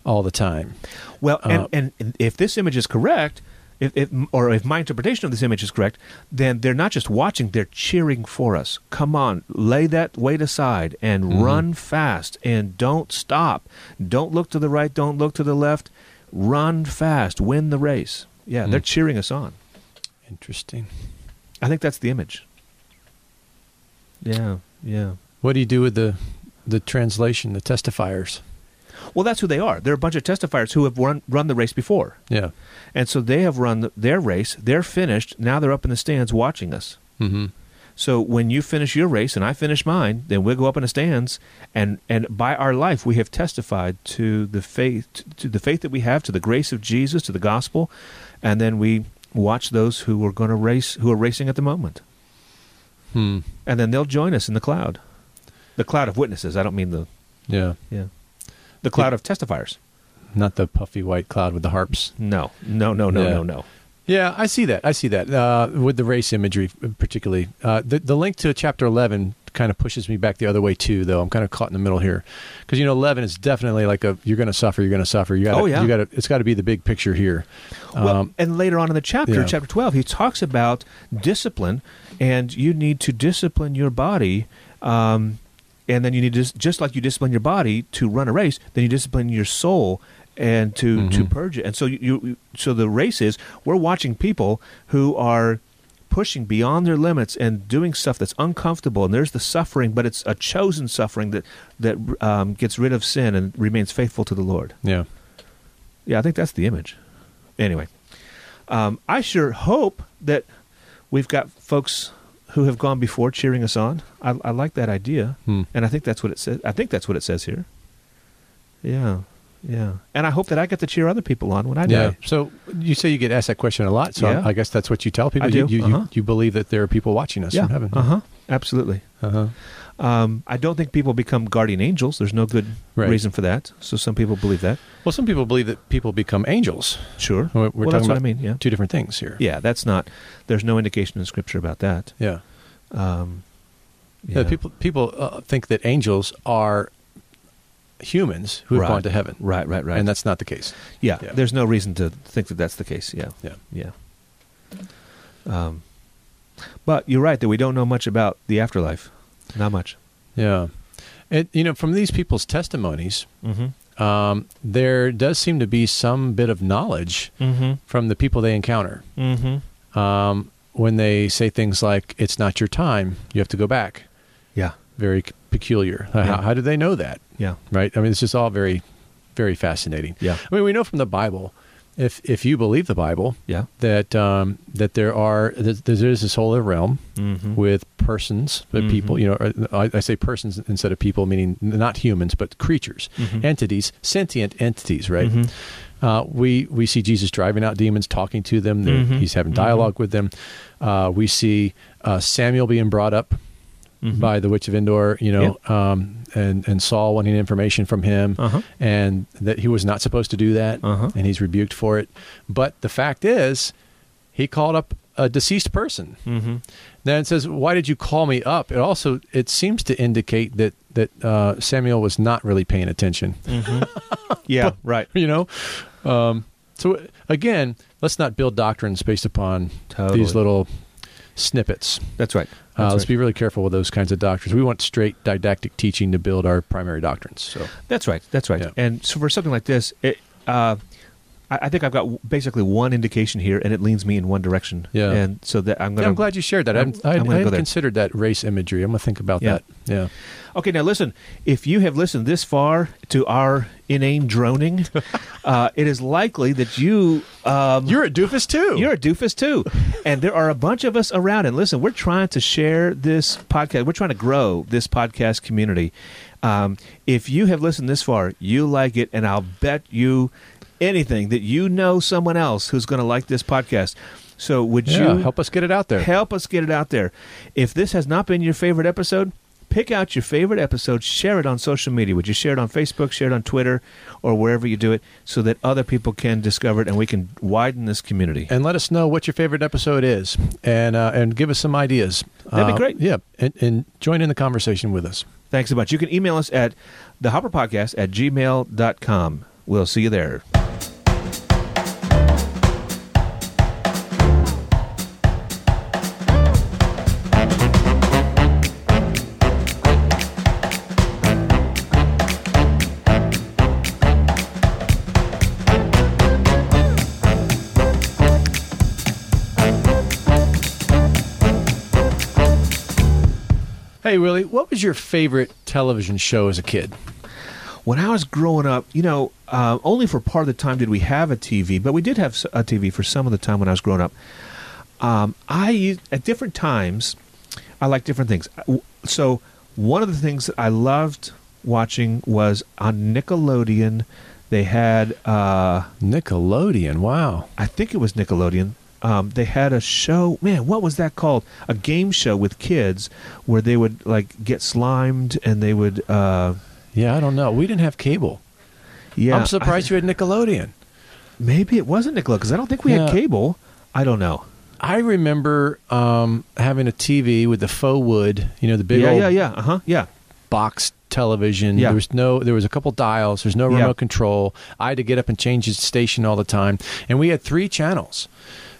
[SPEAKER 1] all the time.
[SPEAKER 2] Well,
[SPEAKER 1] Uh,
[SPEAKER 2] and, and if this image is correct, if, if or if my interpretation of this image is correct, then they're not just watching; they're cheering for us. Come on, lay that weight aside and run fast, and don't stop. Don't look to the right. Don't look to the left. Run fast. Win the race. Yeah, they're cheering us on.
[SPEAKER 1] Interesting.
[SPEAKER 2] I think that's the image. Yeah, yeah.
[SPEAKER 1] What do you do with the the translation, the testifiers?
[SPEAKER 2] Well, that's who they are. They're a bunch of testifiers who have run run the race before,
[SPEAKER 1] Yeah.
[SPEAKER 2] and so they have run th their race. They're finished. Now they're up in the stands watching us.
[SPEAKER 1] Mm-hmm.
[SPEAKER 2] So when you finish your race and I finish mine, then we'll go up in the stands, and and by our life we have testified to the faith to the faith that we have, to the grace of Jesus, to the gospel, and then we watch those who are going to race who are racing at the moment,
[SPEAKER 1] Hmm.
[SPEAKER 2] and then they'll join us in the cloud, the cloud of witnesses. I don't mean the
[SPEAKER 1] Yeah.
[SPEAKER 2] yeah, the cloud of testifiers.
[SPEAKER 1] Not the puffy white cloud with the harps.
[SPEAKER 2] No, no, no, no,
[SPEAKER 1] Yeah.
[SPEAKER 2] no, no.
[SPEAKER 1] Yeah, I see that. I see that uh, with the race imagery, particularly. Uh, the the link to chapter eleven kind of pushes me back the other way too, though. I'm kind of caught in the middle here because you know eleven is definitely like a you're going to suffer, you're going to suffer. You got
[SPEAKER 2] Oh, yeah.
[SPEAKER 1] you got to it's got to be the big picture here. Um,
[SPEAKER 2] Well, and later on in the chapter,
[SPEAKER 1] yeah.
[SPEAKER 2] chapter 12, he talks about discipline, and you need to discipline your body. Um, and then you need to, dis- just like you discipline your body to run a race, then you discipline your soul and to, to purge it. And so you, you, so the race is we're watching people who are pushing beyond their limits and doing stuff that's uncomfortable. And there's the suffering, but it's a chosen suffering that that um, gets rid of sin and remains faithful to the Lord.
[SPEAKER 1] Yeah,
[SPEAKER 2] Yeah, I think that's the image. Anyway, um, I sure hope that we've got folks who have gone before cheering us on. I, I like that idea,
[SPEAKER 1] Hmm.
[SPEAKER 2] and I think that's what it says. I think that's what it says here. Yeah, yeah, and I hope that I get to cheer other people on when I
[SPEAKER 1] yeah.
[SPEAKER 2] die.
[SPEAKER 1] So you say you get asked that question a lot. So
[SPEAKER 2] Yeah.
[SPEAKER 1] I guess that's what you tell people.
[SPEAKER 2] I
[SPEAKER 1] You,
[SPEAKER 2] do.
[SPEAKER 1] You,
[SPEAKER 2] Uh-huh.
[SPEAKER 1] you you believe that there are people watching us
[SPEAKER 2] yeah,
[SPEAKER 1] from heaven.
[SPEAKER 2] uh huh, absolutely.
[SPEAKER 1] Uh-huh.
[SPEAKER 2] Um, I don't think people become guardian angels. There's no good
[SPEAKER 1] Right.
[SPEAKER 2] reason for that. So some people believe that.
[SPEAKER 1] Well, some people believe that people become angels.
[SPEAKER 2] Sure.
[SPEAKER 1] We're, we're
[SPEAKER 2] well,
[SPEAKER 1] talking
[SPEAKER 2] that's
[SPEAKER 1] about
[SPEAKER 2] what I mean. Yeah.
[SPEAKER 1] two different things here.
[SPEAKER 2] Yeah, that's not. There's no indication in scripture about that.
[SPEAKER 1] Yeah.
[SPEAKER 2] Um,
[SPEAKER 1] Yeah, people people uh, think that angels are humans who have
[SPEAKER 2] Right.
[SPEAKER 1] gone to heaven,
[SPEAKER 2] Right, right, right.
[SPEAKER 1] and that's not the case.
[SPEAKER 2] yeah,
[SPEAKER 1] yeah.
[SPEAKER 2] There's no reason to think that that's the case. Yeah,
[SPEAKER 1] Yeah,
[SPEAKER 2] yeah. Um, but you're right that we don't know much about the afterlife. Not much.
[SPEAKER 1] yeah. And you know, from these people's testimonies,
[SPEAKER 2] Mm-hmm.
[SPEAKER 1] um, there does seem to be some bit of knowledge
[SPEAKER 2] Mm-hmm.
[SPEAKER 1] from the people they encounter
[SPEAKER 2] Mm-hmm.
[SPEAKER 1] um, when they say things like, "It's not your time; you have to go back."
[SPEAKER 2] Yeah,
[SPEAKER 1] Very c- peculiar. Uh, How,
[SPEAKER 2] Yeah.
[SPEAKER 1] how do they know that?
[SPEAKER 2] yeah,
[SPEAKER 1] Right? I mean, it's just all very, very fascinating.
[SPEAKER 2] Yeah.
[SPEAKER 1] I mean, we know from the Bible, if if you believe the Bible,
[SPEAKER 2] yeah.
[SPEAKER 1] that um, that there are that there is this whole other realm
[SPEAKER 2] Mm-hmm.
[SPEAKER 1] with persons, but
[SPEAKER 2] Mhm.
[SPEAKER 1] people. You know, or I, I say persons instead of people, meaning not humans, but creatures,
[SPEAKER 2] Mhm.
[SPEAKER 1] entities, sentient entities. Right.
[SPEAKER 2] Mm-hmm.
[SPEAKER 1] Uh, we we see Jesus driving out demons, talking to them. They're-
[SPEAKER 2] Mhm.
[SPEAKER 1] He's having dialog with them. Uh, we see uh, Samuel being brought up
[SPEAKER 2] Mm-hmm.
[SPEAKER 1] by the witch of Endor. You know, um, and and Saul wanting information from him
[SPEAKER 2] Uh-huh.
[SPEAKER 1] and that he was not supposed to do that,
[SPEAKER 2] Uh-huh.
[SPEAKER 1] and he's rebuked for it. But the fact is, he called up a deceased person.
[SPEAKER 2] Mm-hmm.
[SPEAKER 1] Then it says, "Why did you call me up?" It also it seems to indicate that that uh, Samuel was not really paying attention. [laughs]
[SPEAKER 2] Yeah, right.
[SPEAKER 1] You know, um, so again, let's not build doctrines based upon
[SPEAKER 2] Totally.
[SPEAKER 1] these little snippets.
[SPEAKER 2] That's right.
[SPEAKER 1] Uh,
[SPEAKER 2] That's
[SPEAKER 1] let's
[SPEAKER 2] right.
[SPEAKER 1] be really careful with those kinds of doctrines. We want straight didactic teaching to build our primary doctrines. So,
[SPEAKER 2] That's right. That's right.
[SPEAKER 1] Yeah.
[SPEAKER 2] And so for something like this, it, uh, I, I think I've got w- basically one indication here, and it leans me in one direction.
[SPEAKER 1] Yeah.
[SPEAKER 2] And so that I'm going.
[SPEAKER 1] yeah, I'm glad you shared that. I'm,
[SPEAKER 2] I'm-
[SPEAKER 1] I,
[SPEAKER 2] I'm
[SPEAKER 1] I
[SPEAKER 2] gonna go
[SPEAKER 1] hadn't
[SPEAKER 2] there.
[SPEAKER 1] considered that race imagery. I'm gonna think about
[SPEAKER 2] Yeah.
[SPEAKER 1] that. Yeah,
[SPEAKER 2] Okay, now listen. If you have listened this far to our inane
[SPEAKER 1] [laughs]
[SPEAKER 2] droning, uh, it is likely that you um,
[SPEAKER 1] you're a doofus too.
[SPEAKER 2] you're a doofus too, and there are a bunch of us around. And listen, we're trying to share this podcast. We're trying to grow this podcast community. Um, if you have listened this far, you like it, and I'll bet you anything that you know someone else who's going to like this podcast. So would
[SPEAKER 1] yeah,
[SPEAKER 2] you
[SPEAKER 1] help us get it out there.
[SPEAKER 2] Help us get it out there. If this has not been your favorite episode, pick out your favorite episode, share it on social media. Would you share it on Facebook, share it on Twitter, or wherever you do it so that other people can discover it and we can widen this community?
[SPEAKER 1] and let us know what your favorite episode is, and uh, and give us some ideas.
[SPEAKER 2] That'd be
[SPEAKER 1] Uh,
[SPEAKER 2] great.
[SPEAKER 1] Yeah, and, and join in the conversation with us.
[SPEAKER 2] Thanks a bunch. You can email us at thehopperpodcast at gmail.com. We'll see you there.
[SPEAKER 1] Hey, Willie, what was your favorite television show as a kid?
[SPEAKER 2] When I was growing up, you know, uh, only for part of the time did we have a TV, but we did have s- a TV for some of the time when I was growing up. Um, I used, at different times, I like different things. I- w- So one of the things that I loved watching was on Nickelodeon. They had, uh,
[SPEAKER 1] Nickelodeon. Wow.
[SPEAKER 2] I think it was Nickelodeon. Um, they had a show, man. What was that called? A game show with kids where they would like get slimed and they would. Uh,
[SPEAKER 1] Yeah, I don't know. We didn't have cable.
[SPEAKER 2] yeah,
[SPEAKER 1] I'm
[SPEAKER 2] I-
[SPEAKER 1] surprised you had Nickelodeon.
[SPEAKER 2] Maybe it wasn't Nickelodeon because I don't think we had
[SPEAKER 1] Yeah.
[SPEAKER 2] cable. I don't know.
[SPEAKER 1] I remember um, having a TV with the faux wood, you know, the big
[SPEAKER 2] yeah,
[SPEAKER 1] old
[SPEAKER 2] yeah, yeah. Uh huh. Yeah.
[SPEAKER 1] box television.
[SPEAKER 2] Yeah.
[SPEAKER 1] There was no, there was a couple dials. There's no
[SPEAKER 2] Yeah.
[SPEAKER 1] remote control. I had to get up and change the station all the time. And we had three channels.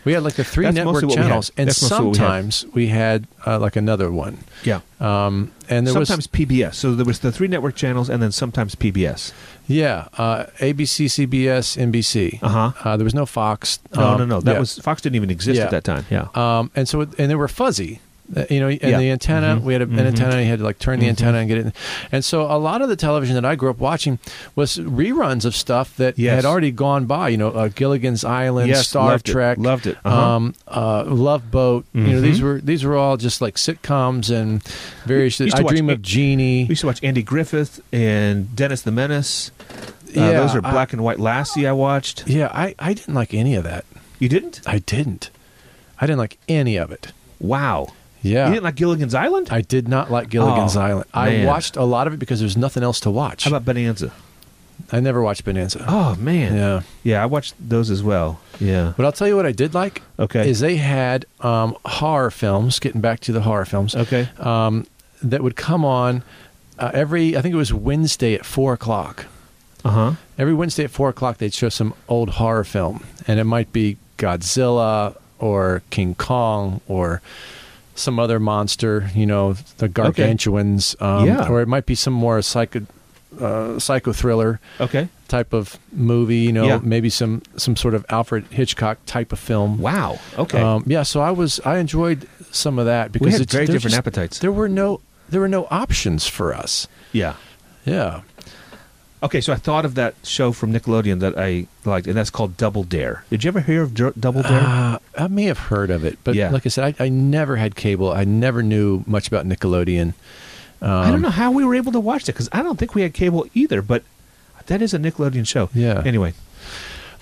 [SPEAKER 1] We had like the three
[SPEAKER 2] That's mostly
[SPEAKER 1] network
[SPEAKER 2] what we had.
[SPEAKER 1] channels, and
[SPEAKER 2] That's mostly what we had.
[SPEAKER 1] sometimes we had, uh, like another one.
[SPEAKER 2] Yeah.
[SPEAKER 1] Um, and there was
[SPEAKER 2] sometimes PBS. So there was the three network channels and then sometimes PBS.
[SPEAKER 1] Yeah, uh, ABC, CBS, NBC.
[SPEAKER 2] Uh-huh.
[SPEAKER 1] Uh, There was no Fox.
[SPEAKER 2] No,
[SPEAKER 1] Um,
[SPEAKER 2] no, no. That
[SPEAKER 1] yeah.
[SPEAKER 2] was Fox didn't even exist
[SPEAKER 1] Yeah.
[SPEAKER 2] at that time. Yeah.
[SPEAKER 1] Um, and so, it- and they were fuzzy. Uh, You know, and
[SPEAKER 2] Yeah. Mm-hmm.
[SPEAKER 1] the antenna. We had a, an antenna. You had to like turn the antenna and get it. And so, a lot of the television that I grew up watching was reruns of stuff that
[SPEAKER 2] Yes.
[SPEAKER 1] had already gone by. You know, uh, Gilligan's Island,
[SPEAKER 2] Yes,
[SPEAKER 1] Star
[SPEAKER 2] loved it,
[SPEAKER 1] Trek,
[SPEAKER 2] loved it. Uh-huh. Mm-hmm.
[SPEAKER 1] um, uh, Love Boat. You know, these were these were all just like sitcoms and various.
[SPEAKER 2] used to
[SPEAKER 1] I
[SPEAKER 2] watch
[SPEAKER 1] Dream
[SPEAKER 2] it-
[SPEAKER 1] of Jeannie.
[SPEAKER 2] we used to watch Andy Griffith and Dennis the Menace. Uh,
[SPEAKER 1] Yeah,
[SPEAKER 2] those are
[SPEAKER 1] I-
[SPEAKER 2] Black and White Lassie. I watched.
[SPEAKER 1] yeah, I I didn't like any of that.
[SPEAKER 2] You didn't?
[SPEAKER 1] I didn't. I didn't like any of it.
[SPEAKER 2] Wow.
[SPEAKER 1] Yeah.
[SPEAKER 2] You didn't like Gilligan's Island?
[SPEAKER 1] I did not like Gilligan's
[SPEAKER 2] Oh,
[SPEAKER 1] Island.
[SPEAKER 2] man.
[SPEAKER 1] I watched a lot of it because there's nothing else to watch.
[SPEAKER 2] How about Bonanza?
[SPEAKER 1] I never watched Bonanza.
[SPEAKER 2] Oh man.
[SPEAKER 1] Yeah.
[SPEAKER 2] Yeah. I watched those as well. Yeah.
[SPEAKER 1] But I'll tell you what I did like
[SPEAKER 2] Okay.
[SPEAKER 1] is they had um, horror films, getting back to the horror films,
[SPEAKER 2] okay.
[SPEAKER 1] um, that would come on uh, every, I think it was Wednesday at 4 o'clock.
[SPEAKER 2] Uh huh.
[SPEAKER 1] Every Wednesday at 4 o'clock, they'd show some old horror film. And it might be Godzilla or King Kong or some other monster, you know, the gargantuans. Um,
[SPEAKER 2] Yeah.
[SPEAKER 1] Or it might be some more psycho, uh, psycho thriller
[SPEAKER 2] Okay.
[SPEAKER 1] type of movie, you know,
[SPEAKER 2] Yeah.
[SPEAKER 1] maybe some, some sort of Alfred Hitchcock type of film.
[SPEAKER 2] Wow. Okay.
[SPEAKER 1] Um, yeah, so I was I enjoyed some of that because
[SPEAKER 2] had
[SPEAKER 1] it's,
[SPEAKER 2] very
[SPEAKER 1] there's
[SPEAKER 2] different appetites.
[SPEAKER 1] There were no there were no options for us.
[SPEAKER 2] yeah.
[SPEAKER 1] Yeah,
[SPEAKER 2] Okay, so I thought of that show from Nickelodeon that I liked, and that's called Double Dare. Did you ever hear of Dr- Double Dare?
[SPEAKER 1] Uh, I may have heard of it, but
[SPEAKER 2] Yeah.
[SPEAKER 1] like I said, I, I never had cable. I never knew much about Nickelodeon.
[SPEAKER 2] I
[SPEAKER 1] um,
[SPEAKER 2] don't know how we were able to watch that because I don't think we had cable either. But that is a Nickelodeon show.
[SPEAKER 1] Yeah.
[SPEAKER 2] Anyway,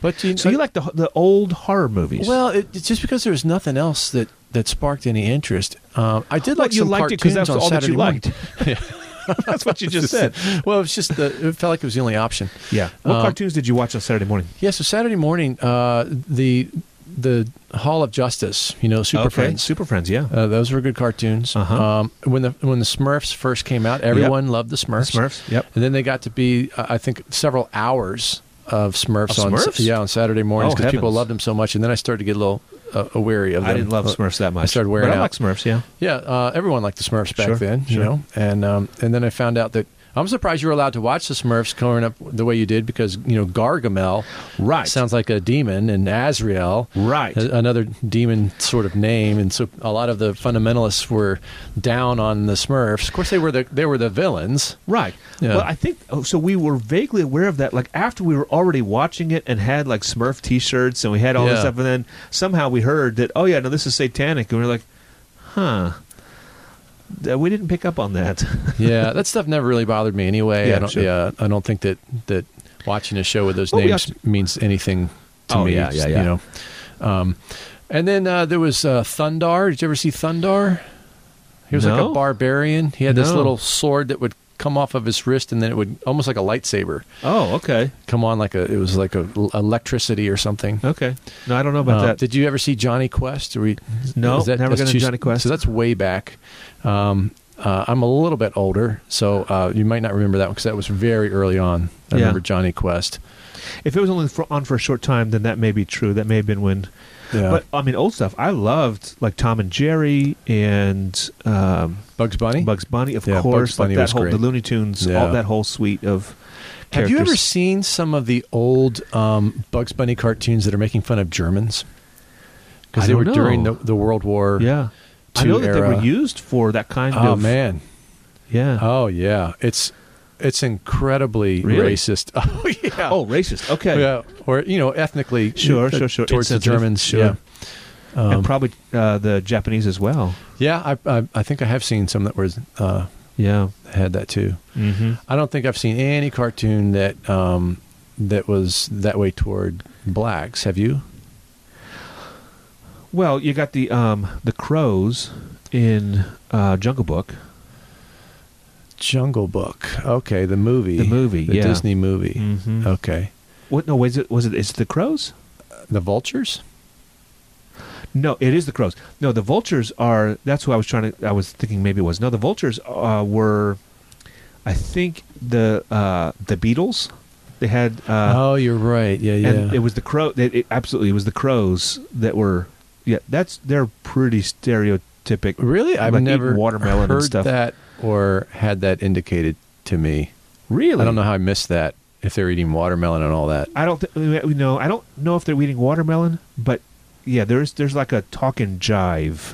[SPEAKER 1] But you,
[SPEAKER 2] so you like the the old horror movies?
[SPEAKER 1] well, it, it's just because there was nothing else that that sparked any interest. Um, I did
[SPEAKER 2] Well,
[SPEAKER 1] like
[SPEAKER 2] you
[SPEAKER 1] some
[SPEAKER 2] liked it because
[SPEAKER 1] cartoons
[SPEAKER 2] that's
[SPEAKER 1] on
[SPEAKER 2] all that
[SPEAKER 1] Saturday
[SPEAKER 2] you
[SPEAKER 1] morning.
[SPEAKER 2] liked. [laughs] [laughs] that's what
[SPEAKER 1] [laughs]
[SPEAKER 2] you just said.
[SPEAKER 1] well, it was just the, it felt like it was the only option.
[SPEAKER 2] Yeah. What
[SPEAKER 1] Um,
[SPEAKER 2] cartoons did you watch on Saturday morning?
[SPEAKER 1] Yeah, so Saturday morning, uh, the the Hall of Justice, you know, Super
[SPEAKER 2] okay.
[SPEAKER 1] Friends.
[SPEAKER 2] Super Friends. Yeah.
[SPEAKER 1] Uh, those were good cartoons.
[SPEAKER 2] Uh-huh.
[SPEAKER 1] Um, when the when the Smurfs first came out, everyone loved the Smurfs.
[SPEAKER 2] Smurfs, yep.
[SPEAKER 1] And then they got to be, uh, I think, several hours of Smurfs
[SPEAKER 2] Of
[SPEAKER 1] on
[SPEAKER 2] Smurfs?
[SPEAKER 1] yeah on Saturday mornings
[SPEAKER 2] Oh,
[SPEAKER 1] because people
[SPEAKER 2] heavens.
[SPEAKER 1] loved them so much. And then I started to get a little uh, weary of them.
[SPEAKER 2] I didn't love
[SPEAKER 1] Uh,
[SPEAKER 2] Smurfs that much.
[SPEAKER 1] I started wearing
[SPEAKER 2] but I
[SPEAKER 1] out.
[SPEAKER 2] like Smurfs. Yeah.
[SPEAKER 1] Yeah, uh, everyone liked the Smurfs back
[SPEAKER 2] Sure,
[SPEAKER 1] then, you
[SPEAKER 2] sure.
[SPEAKER 1] know. And um, and then I found out that. I'm surprised you were allowed to watch the Smurfs growing up the way you did because, you know, Gargamel
[SPEAKER 2] Right.
[SPEAKER 1] sounds like a demon and Azrael
[SPEAKER 2] Right.
[SPEAKER 1] a- another demon sort of name and so a lot of the fundamentalists were down on the Smurfs. Of course they were the they were the villains.
[SPEAKER 2] Right.
[SPEAKER 1] Yeah.
[SPEAKER 2] Well, I think oh, so. We were vaguely aware of that, like after we were already watching it and had like Smurf T-shirts and we had all this
[SPEAKER 1] Yeah.
[SPEAKER 2] stuff, and then somehow we heard that, oh yeah, no, this is satanic, and we were like, huh. Th- We didn't pick up on that. [laughs]
[SPEAKER 1] Yeah, that stuff never really bothered me anyway.
[SPEAKER 2] Yeah,
[SPEAKER 1] I don't
[SPEAKER 2] sure.
[SPEAKER 1] yeah, I don't think that that watching a show with those
[SPEAKER 2] Well, we
[SPEAKER 1] names
[SPEAKER 2] also-
[SPEAKER 1] means anything to
[SPEAKER 2] Oh,
[SPEAKER 1] me,
[SPEAKER 2] yeah, yeah, yeah.
[SPEAKER 1] you know. Um and then uh, there was uh, Thundar. Did you ever see Thundar? He was like
[SPEAKER 2] No.
[SPEAKER 1] a barbarian. He had this
[SPEAKER 2] No.
[SPEAKER 1] little sword that would come off of his wrist and then it would almost like a lightsaber
[SPEAKER 2] oh, okay,
[SPEAKER 1] come on like a it was like a electricity or something.
[SPEAKER 2] okay. No, I don't know about
[SPEAKER 1] Uh,
[SPEAKER 2] that.
[SPEAKER 1] Did you ever see Johnny Quest? Or we,
[SPEAKER 2] No,
[SPEAKER 1] is
[SPEAKER 2] never
[SPEAKER 1] that's
[SPEAKER 2] got into Johnny Quest.
[SPEAKER 1] So that's way back. Um, uh, I'm a little bit older, so uh, you might not remember that one because that was very early on. I
[SPEAKER 2] Yeah.
[SPEAKER 1] remember Johnny Quest.
[SPEAKER 2] if it was only for, on for a short time, then that may be true. That may have been when.
[SPEAKER 1] Yeah.
[SPEAKER 2] But I mean, old stuff. I loved like Tom and Jerry and um,
[SPEAKER 1] Bugs Bunny.
[SPEAKER 2] Bugs Bunny, of
[SPEAKER 1] Yeah, Bugs
[SPEAKER 2] course.
[SPEAKER 1] Bunny
[SPEAKER 2] like that
[SPEAKER 1] was
[SPEAKER 2] whole, the
[SPEAKER 1] great.
[SPEAKER 2] Looney Tunes, all
[SPEAKER 1] Yeah.
[SPEAKER 2] that whole suite of.
[SPEAKER 1] Have you ever
[SPEAKER 2] characters.
[SPEAKER 1] seen some of the old um, Bugs Bunny cartoons that are making fun of Germans?
[SPEAKER 2] I
[SPEAKER 1] Because they
[SPEAKER 2] don't
[SPEAKER 1] were during
[SPEAKER 2] know.
[SPEAKER 1] the, the World War
[SPEAKER 2] Yeah. I know that
[SPEAKER 1] era.
[SPEAKER 2] they were used for that kind
[SPEAKER 1] oh
[SPEAKER 2] of
[SPEAKER 1] man,
[SPEAKER 2] yeah.
[SPEAKER 1] oh yeah, it's it's incredibly
[SPEAKER 2] Really?
[SPEAKER 1] racist. [laughs] Oh yeah,
[SPEAKER 2] oh, racist. Okay,
[SPEAKER 1] yeah, or you know ethnically
[SPEAKER 2] Sure,
[SPEAKER 1] uh,
[SPEAKER 2] sure, sure.
[SPEAKER 1] towards the
[SPEAKER 2] Insensitive.
[SPEAKER 1] Germans. Sure. Yeah, um,
[SPEAKER 2] and probably uh, the Japanese as well.
[SPEAKER 1] yeah. I, I I think I have seen some that were uh,
[SPEAKER 2] Yeah.
[SPEAKER 1] had that too.
[SPEAKER 2] Mm-hmm.
[SPEAKER 1] I don't think I've seen any cartoon that um, that was that way toward blacks. Have you?
[SPEAKER 2] Well, you got the um, the crows in uh, Jungle Book.
[SPEAKER 1] Jungle Book. Okay, the movie.
[SPEAKER 2] The movie,
[SPEAKER 1] The
[SPEAKER 2] yeah.
[SPEAKER 1] Disney movie.
[SPEAKER 2] Mm-hmm.
[SPEAKER 1] Okay.
[SPEAKER 2] What? No, was it? Was it? Is it the crows?
[SPEAKER 1] The vultures?
[SPEAKER 2] No, it is the crows. No, the vultures are. That's who I was trying to. I was thinking maybe it was. No, the vultures uh, were. I think the uh, the Beatles. They had. Uh,
[SPEAKER 1] oh, you're right. Yeah, yeah.
[SPEAKER 2] And it was the crow. It, it absolutely it was the crows that were. Yeah, that's they're pretty stereotypic.
[SPEAKER 1] really? I've
[SPEAKER 2] like eating
[SPEAKER 1] never
[SPEAKER 2] watermelon and
[SPEAKER 1] heard
[SPEAKER 2] stuff.
[SPEAKER 1] that or had that indicated to me.
[SPEAKER 2] Really,
[SPEAKER 1] I don't know how I missed that if they're eating watermelon and all that.
[SPEAKER 2] I don't th- we know. I don't know if they're eating watermelon, but yeah, there's there's like a talking jive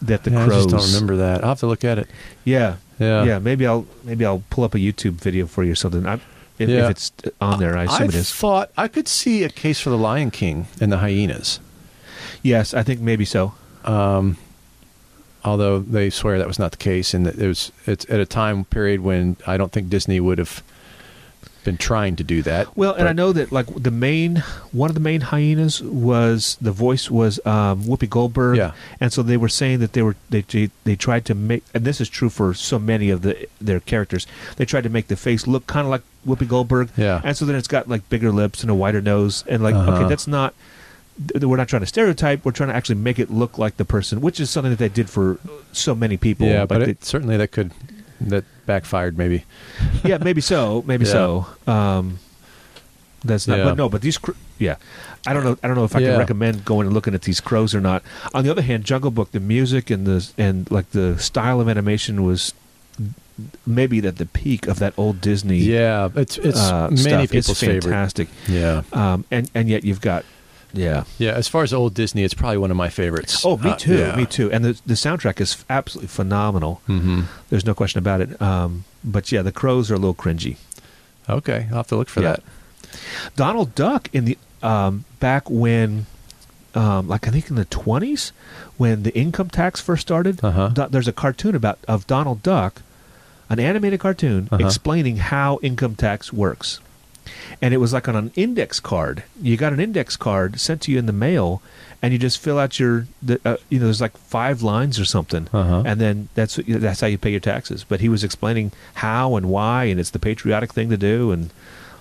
[SPEAKER 2] that the
[SPEAKER 1] Yeah,
[SPEAKER 2] crows.
[SPEAKER 1] I just don't remember that. I'll have to look at it.
[SPEAKER 2] Yeah,
[SPEAKER 1] Yeah.
[SPEAKER 2] yeah. Maybe I'll maybe I'll pull up a YouTube video for you or something. I'm, if,
[SPEAKER 1] Yeah.
[SPEAKER 2] if it's on there, I assume it is.
[SPEAKER 1] thought I could see a case for the Lion King and the hyenas.
[SPEAKER 2] Yes, I think maybe so.
[SPEAKER 1] um, although they swear that was not the case, and that it was it's at a time period when I don't think Disney would have been trying to do that.
[SPEAKER 2] Well, and
[SPEAKER 1] But-
[SPEAKER 2] I know that like the main one of the main hyenas was the voice was um, Whoopi Goldberg,
[SPEAKER 1] Yeah.
[SPEAKER 2] and so they were saying that they were they, they they tried to make and this is true for so many of the their characters they tried to make the face look kind of like Whoopi Goldberg,
[SPEAKER 1] Yeah.
[SPEAKER 2] and so then it's got like bigger lips and a wider nose and like
[SPEAKER 1] Uh-huh.
[SPEAKER 2] okay that's not th- we're not trying to stereotype we're trying to actually make it look like the person which is something that they did for so many people
[SPEAKER 1] yeah,
[SPEAKER 2] Like,
[SPEAKER 1] but
[SPEAKER 2] they-
[SPEAKER 1] it, certainly that could that backfired maybe.
[SPEAKER 2] yeah, maybe so, maybe
[SPEAKER 1] Yeah.
[SPEAKER 2] so. Um, that's not,
[SPEAKER 1] Yeah.
[SPEAKER 2] but no, but these, cr- yeah, I don't know, I don't know if I
[SPEAKER 1] Yeah.
[SPEAKER 2] can recommend going and looking at these crows or not. On the other hand, Jungle Book, the music and the and like the style of animation was maybe at the peak of that old Disney.
[SPEAKER 1] Yeah, it's it's
[SPEAKER 2] uh,
[SPEAKER 1] many
[SPEAKER 2] stuff.
[SPEAKER 1] people's
[SPEAKER 2] it's
[SPEAKER 1] favorite.
[SPEAKER 2] fantastic.
[SPEAKER 1] Yeah,
[SPEAKER 2] Um, and and yet you've got, yeah.
[SPEAKER 1] Uh, yeah. As far as old Disney, it's probably one of my favorites.
[SPEAKER 2] Oh, me
[SPEAKER 1] Uh,
[SPEAKER 2] too,
[SPEAKER 1] yeah.
[SPEAKER 2] me too. And the the soundtrack is absolutely phenomenal.
[SPEAKER 1] Mhm.
[SPEAKER 2] There's no question about it. Um, but yeah, the crows are a little cringy.
[SPEAKER 1] Okay, I'll have to look for
[SPEAKER 2] Yeah.
[SPEAKER 1] that.
[SPEAKER 2] Donald Duck in the um, back when, um, like I think in the twenties, when the income tax first started,
[SPEAKER 1] Uh-huh.
[SPEAKER 2] Do- there's a cartoon about of Donald Duck, an animated cartoon
[SPEAKER 1] Uh-huh.
[SPEAKER 2] explaining how income tax works, and it was like on an index card. You got an index card sent to you in the mail, and you just fill out your, the, uh, you know, there's like five lines or something,
[SPEAKER 1] Uh-huh.
[SPEAKER 2] and then that's that's how you pay your taxes. But he was explaining how and why, and it's the patriotic thing to do, and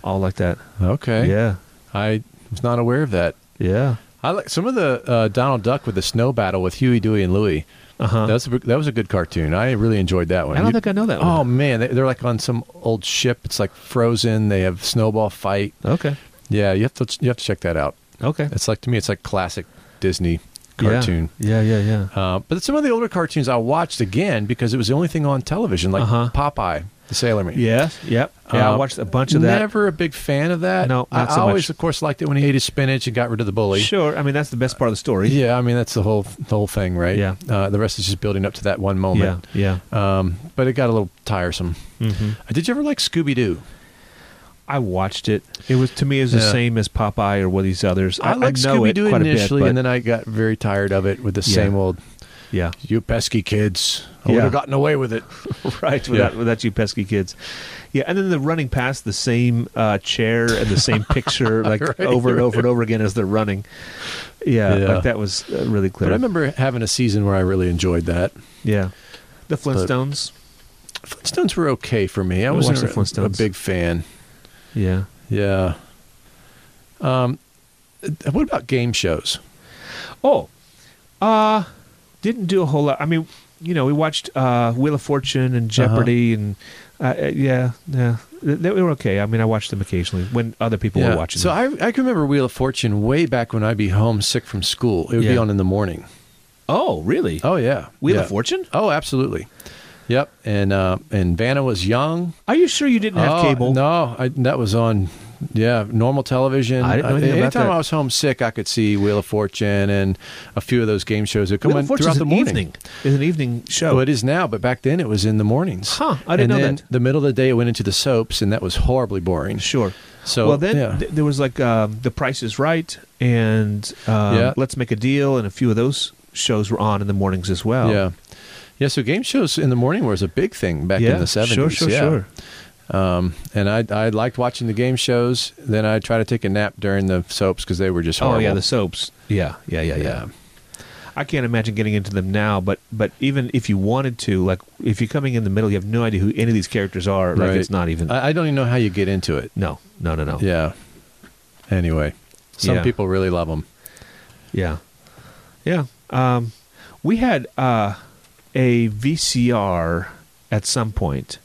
[SPEAKER 2] all like that.
[SPEAKER 1] Okay.
[SPEAKER 2] Yeah.
[SPEAKER 1] I was not aware of that.
[SPEAKER 2] Yeah.
[SPEAKER 1] I like some of the uh, Donald Duck with the snow battle with Huey, Dewey, and Louie.
[SPEAKER 2] Uh huh.
[SPEAKER 1] That's a, that was a good cartoon. I really enjoyed that one.
[SPEAKER 2] I don't
[SPEAKER 1] You-
[SPEAKER 2] think I know that
[SPEAKER 1] Oh
[SPEAKER 2] one.
[SPEAKER 1] man, they- they're like on some old ship. It's like frozen. They have snowball fight.
[SPEAKER 2] Okay.
[SPEAKER 1] Yeah, you have to you have to check that out.
[SPEAKER 2] Okay.
[SPEAKER 1] It's like to me, it's like classic Disney cartoon.
[SPEAKER 2] Yeah. Yeah. Yeah. yeah.
[SPEAKER 1] Uh, but some of the older cartoons I watched again because it was the only thing on television, like
[SPEAKER 2] Uh-huh.
[SPEAKER 1] Popeye, the Sailor Man.
[SPEAKER 2] Yes. Yep. Yeah. I
[SPEAKER 1] Um,
[SPEAKER 2] watched a bunch of that.
[SPEAKER 1] Never a big fan of that.
[SPEAKER 2] No, not
[SPEAKER 1] I,
[SPEAKER 2] so
[SPEAKER 1] I always,
[SPEAKER 2] much.
[SPEAKER 1] of course, liked it when he ate his spinach and got rid of the bully.
[SPEAKER 2] Sure. I mean, that's the best part of the story.
[SPEAKER 1] Yeah, I mean that's the whole the whole thing, right?
[SPEAKER 2] Yeah.
[SPEAKER 1] Uh, the rest is just building up to that one
[SPEAKER 2] Yeah.
[SPEAKER 1] moment.
[SPEAKER 2] Yeah.
[SPEAKER 1] Um, but it got a little tiresome.
[SPEAKER 2] Mm-hmm.
[SPEAKER 1] Uh, Did you ever like Scooby Doo?
[SPEAKER 2] I watched it. It was to me it was the
[SPEAKER 1] Yeah.
[SPEAKER 2] same as Popeye or one of these others. I,
[SPEAKER 1] I liked
[SPEAKER 2] I know
[SPEAKER 1] Scooby Doo
[SPEAKER 2] it quite
[SPEAKER 1] initially,
[SPEAKER 2] a bit,
[SPEAKER 1] and then I got very tired of it with the
[SPEAKER 2] Yeah.
[SPEAKER 1] same old
[SPEAKER 2] yeah,
[SPEAKER 1] "you pesky kids." I
[SPEAKER 2] Yeah.
[SPEAKER 1] would have gotten away with it.
[SPEAKER 2] [laughs] right. Without, without you pesky kids, yeah. And then the running past the same uh, chair and the same [laughs] picture like
[SPEAKER 1] Right.
[SPEAKER 2] over and over and over again as they're running. Yeah,
[SPEAKER 1] Yeah.
[SPEAKER 2] like that was uh, really
[SPEAKER 1] But
[SPEAKER 2] clear.
[SPEAKER 1] I remember having a season where I really enjoyed that.
[SPEAKER 2] yeah, the Flintstones.
[SPEAKER 1] Flintstones were okay for me. I
[SPEAKER 2] I
[SPEAKER 1] wasn't
[SPEAKER 2] watched the
[SPEAKER 1] a, a
[SPEAKER 2] Flintstones.
[SPEAKER 1] big fan.
[SPEAKER 2] yeah.
[SPEAKER 1] Yeah. Um, uh, what about game shows?
[SPEAKER 2] Oh, uh, didn't do a whole lot. I mean, you know, we watched uh, Wheel of Fortune and
[SPEAKER 1] Uh-huh.
[SPEAKER 2] Jeopardy, and uh, uh, yeah, yeah, they, they were okay. I mean, I watched them occasionally when other people were watching.
[SPEAKER 1] So
[SPEAKER 2] them.
[SPEAKER 1] I I can remember Wheel of Fortune way back when I'd be home sick from school. It would be
[SPEAKER 2] Yeah.
[SPEAKER 1] on in the morning.
[SPEAKER 2] oh, really?
[SPEAKER 1] Oh yeah,
[SPEAKER 2] Wheel
[SPEAKER 1] yeah.
[SPEAKER 2] of Fortune?
[SPEAKER 1] Oh, absolutely. Yep. And uh, and Vanna was young.
[SPEAKER 2] Are you sure you didn't have
[SPEAKER 1] Oh,
[SPEAKER 2] cable?
[SPEAKER 1] No, I, that was on Yeah, normal television.
[SPEAKER 2] I didn't know
[SPEAKER 1] Uh,
[SPEAKER 2] anything about
[SPEAKER 1] Anytime
[SPEAKER 2] that.
[SPEAKER 1] I was homesick, I could see Wheel of Fortune and a few of those game shows that come
[SPEAKER 2] Wheel of
[SPEAKER 1] on
[SPEAKER 2] Fortune's
[SPEAKER 1] throughout the
[SPEAKER 2] an
[SPEAKER 1] morning.
[SPEAKER 2] evening. It's an evening show.
[SPEAKER 1] Well, it is now, but back then it was in the mornings.
[SPEAKER 2] Huh, I didn't
[SPEAKER 1] and
[SPEAKER 2] know
[SPEAKER 1] then
[SPEAKER 2] that.
[SPEAKER 1] The middle of the day it went into the soaps, and that was horribly boring.
[SPEAKER 2] Sure.
[SPEAKER 1] So,
[SPEAKER 2] well, then
[SPEAKER 1] yeah.
[SPEAKER 2] th- there was like um, The Price is Right and um,
[SPEAKER 1] Yeah.
[SPEAKER 2] Let's Make a Deal, and a few of those shows were on in the mornings as well.
[SPEAKER 1] Yeah. Yeah, so game shows in the morning was a big thing back
[SPEAKER 2] yeah.
[SPEAKER 1] in the 70s.
[SPEAKER 2] Sure, sure,
[SPEAKER 1] yeah.
[SPEAKER 2] sure.
[SPEAKER 1] Um, and I, I liked watching the game shows. Then I try to take a nap during the soaps because they were just horrible.
[SPEAKER 2] Oh yeah, the soaps. Yeah, yeah, yeah, yeah. I can't imagine getting into them now, but but even if you wanted to, like if you're coming in the middle, you have no idea who any of these characters are. Like
[SPEAKER 1] Right.
[SPEAKER 2] it's not even.
[SPEAKER 1] I, I don't even know how you get into it.
[SPEAKER 2] no, no, no, no.
[SPEAKER 1] Yeah. Anyway, some
[SPEAKER 2] Yeah.
[SPEAKER 1] people really love them.
[SPEAKER 2] Yeah. Yeah. Um, we had uh, a VCR at some point.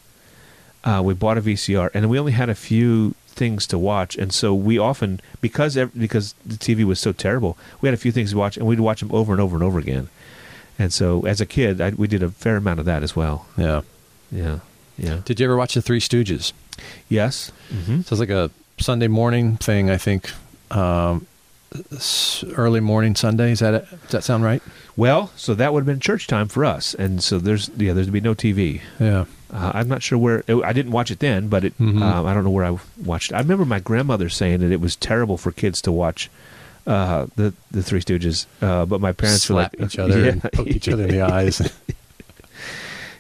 [SPEAKER 2] Uh, we bought a VCR, and we only had a few things to watch, and so we often because ev- because the TV was so terrible, we had a few things to watch, and we'd watch them over and over and over again. And so, as a kid, I, we did a fair amount of that as well.
[SPEAKER 1] Yeah.
[SPEAKER 2] Yeah. Yeah.
[SPEAKER 1] Did you ever watch The Three Stooges?
[SPEAKER 2] Yes. Mm-hmm.
[SPEAKER 1] So it's like a Sunday morning thing, I think. Um, s- early morning Sunday. Is that it? Does that sound right?
[SPEAKER 2] Well, so that would have been church time for us, and so there's yeah, there'd be no TV.
[SPEAKER 1] Yeah.
[SPEAKER 2] Uh, I'm not sure where I didn't watch it then, but it,
[SPEAKER 1] Mhm.
[SPEAKER 2] um, I don't know where I watched. it. I remember my grandmother saying that it was terrible for kids to watch uh, the the Three Stooges, uh, but my parents
[SPEAKER 1] Slap
[SPEAKER 2] were like
[SPEAKER 1] each other
[SPEAKER 2] [laughs] Yeah,
[SPEAKER 1] and poke each other in the
[SPEAKER 2] [laughs]
[SPEAKER 1] eyes. [laughs]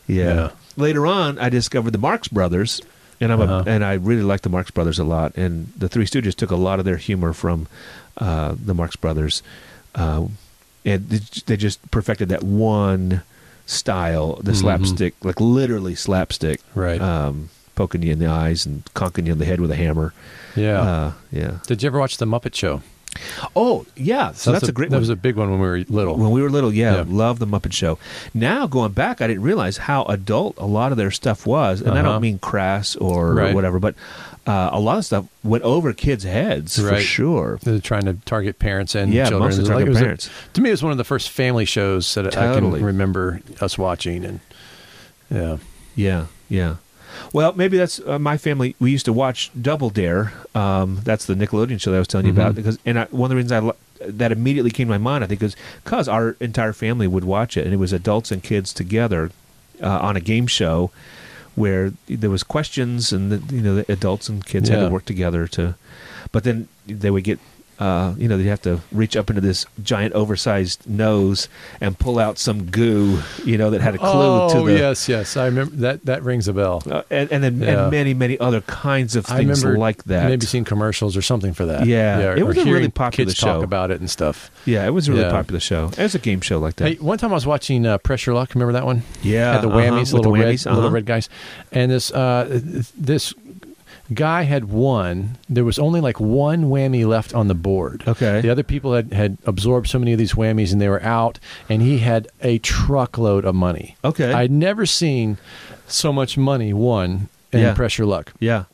[SPEAKER 2] yeah.
[SPEAKER 1] Yeah.
[SPEAKER 2] Later on, I discovered the Marx Brothers, and I'm
[SPEAKER 1] Uh-huh.
[SPEAKER 2] a, and I really like the Marx Brothers a lot. And the Three Stooges took a lot of their humor from uh, the Marx Brothers, uh, and they j- they just perfected that one style, the
[SPEAKER 1] Mhm.
[SPEAKER 2] slapstick, like literally slapstick,
[SPEAKER 1] Right.
[SPEAKER 2] Um, poking you in the eyes and conking you in the head with a hammer.
[SPEAKER 1] yeah.
[SPEAKER 2] Uh, yeah.
[SPEAKER 1] Did you ever watch The Muppet Show?
[SPEAKER 2] Oh, yeah. So that's, a, great.
[SPEAKER 1] That
[SPEAKER 2] one.
[SPEAKER 1] was a big one when we were little.
[SPEAKER 2] When we were little, yeah,
[SPEAKER 1] Yeah.
[SPEAKER 2] loved the Muppet Show. Now going back, I didn't realize how adult a lot of their stuff was, and I
[SPEAKER 1] Uh-huh.
[SPEAKER 2] don't mean crass or
[SPEAKER 1] Right.
[SPEAKER 2] whatever, but uh, a lot of stuff went over kids' heads for
[SPEAKER 1] Right.
[SPEAKER 2] sure.
[SPEAKER 1] They're uh, trying to target parents and
[SPEAKER 2] Yeah,
[SPEAKER 1] children.
[SPEAKER 2] mostly
[SPEAKER 1] It was
[SPEAKER 2] target
[SPEAKER 1] it was a-
[SPEAKER 2] parents.
[SPEAKER 1] to me, it was one of the first family shows that I
[SPEAKER 2] Totally.
[SPEAKER 1] can remember us watching. And yeah,
[SPEAKER 2] Yeah, yeah. Well, maybe that's uh, my family. We used to watch Double Dare. Um, that's the Nickelodeon show that I was telling you
[SPEAKER 1] Mhm.
[SPEAKER 2] about. Because and I, one of the reasons I lo- that immediately came to my mind, I think, is because our entire family would watch it, and it was adults and kids together uh, on a game show where there was questions, and the, you know the adults and kids had
[SPEAKER 1] Yeah.
[SPEAKER 2] to work together to. But then they would get. Uh, you know, they have to reach up into this giant, oversized nose and pull out some goo. You know, that had a clue to
[SPEAKER 1] oh
[SPEAKER 2] the
[SPEAKER 1] yes, yes, I remember that. That rings a bell.
[SPEAKER 2] uh, and, and then
[SPEAKER 1] Yeah.
[SPEAKER 2] and many many other kinds of
[SPEAKER 1] I
[SPEAKER 2] things
[SPEAKER 1] remember
[SPEAKER 2] like that.
[SPEAKER 1] Maybe seeing commercials or something for that.
[SPEAKER 2] Yeah. It
[SPEAKER 1] or
[SPEAKER 2] was a really
[SPEAKER 1] hearing
[SPEAKER 2] popular
[SPEAKER 1] kids talk
[SPEAKER 2] show.
[SPEAKER 1] about it and stuff.
[SPEAKER 2] yeah, it was a really
[SPEAKER 1] Yeah.
[SPEAKER 2] popular show. It was a game show like that.
[SPEAKER 1] Hey, one time I was watching uh, Pressure Luck. Remember that one?
[SPEAKER 2] yeah,
[SPEAKER 1] had the
[SPEAKER 2] uh-huh,
[SPEAKER 1] whammies,
[SPEAKER 2] with
[SPEAKER 1] little
[SPEAKER 2] the
[SPEAKER 1] red,
[SPEAKER 2] whammies, uh-huh.
[SPEAKER 1] little red guys, and this uh, this guy had one. There was only like one whammy left on the board.
[SPEAKER 2] Okay.
[SPEAKER 1] the other people had had absorbed so many of these whammies, and they were out. And he had a truckload of money.
[SPEAKER 2] Okay.
[SPEAKER 1] I'd never seen so much money won in
[SPEAKER 2] Yeah.
[SPEAKER 1] pressure luck,
[SPEAKER 2] Yeah.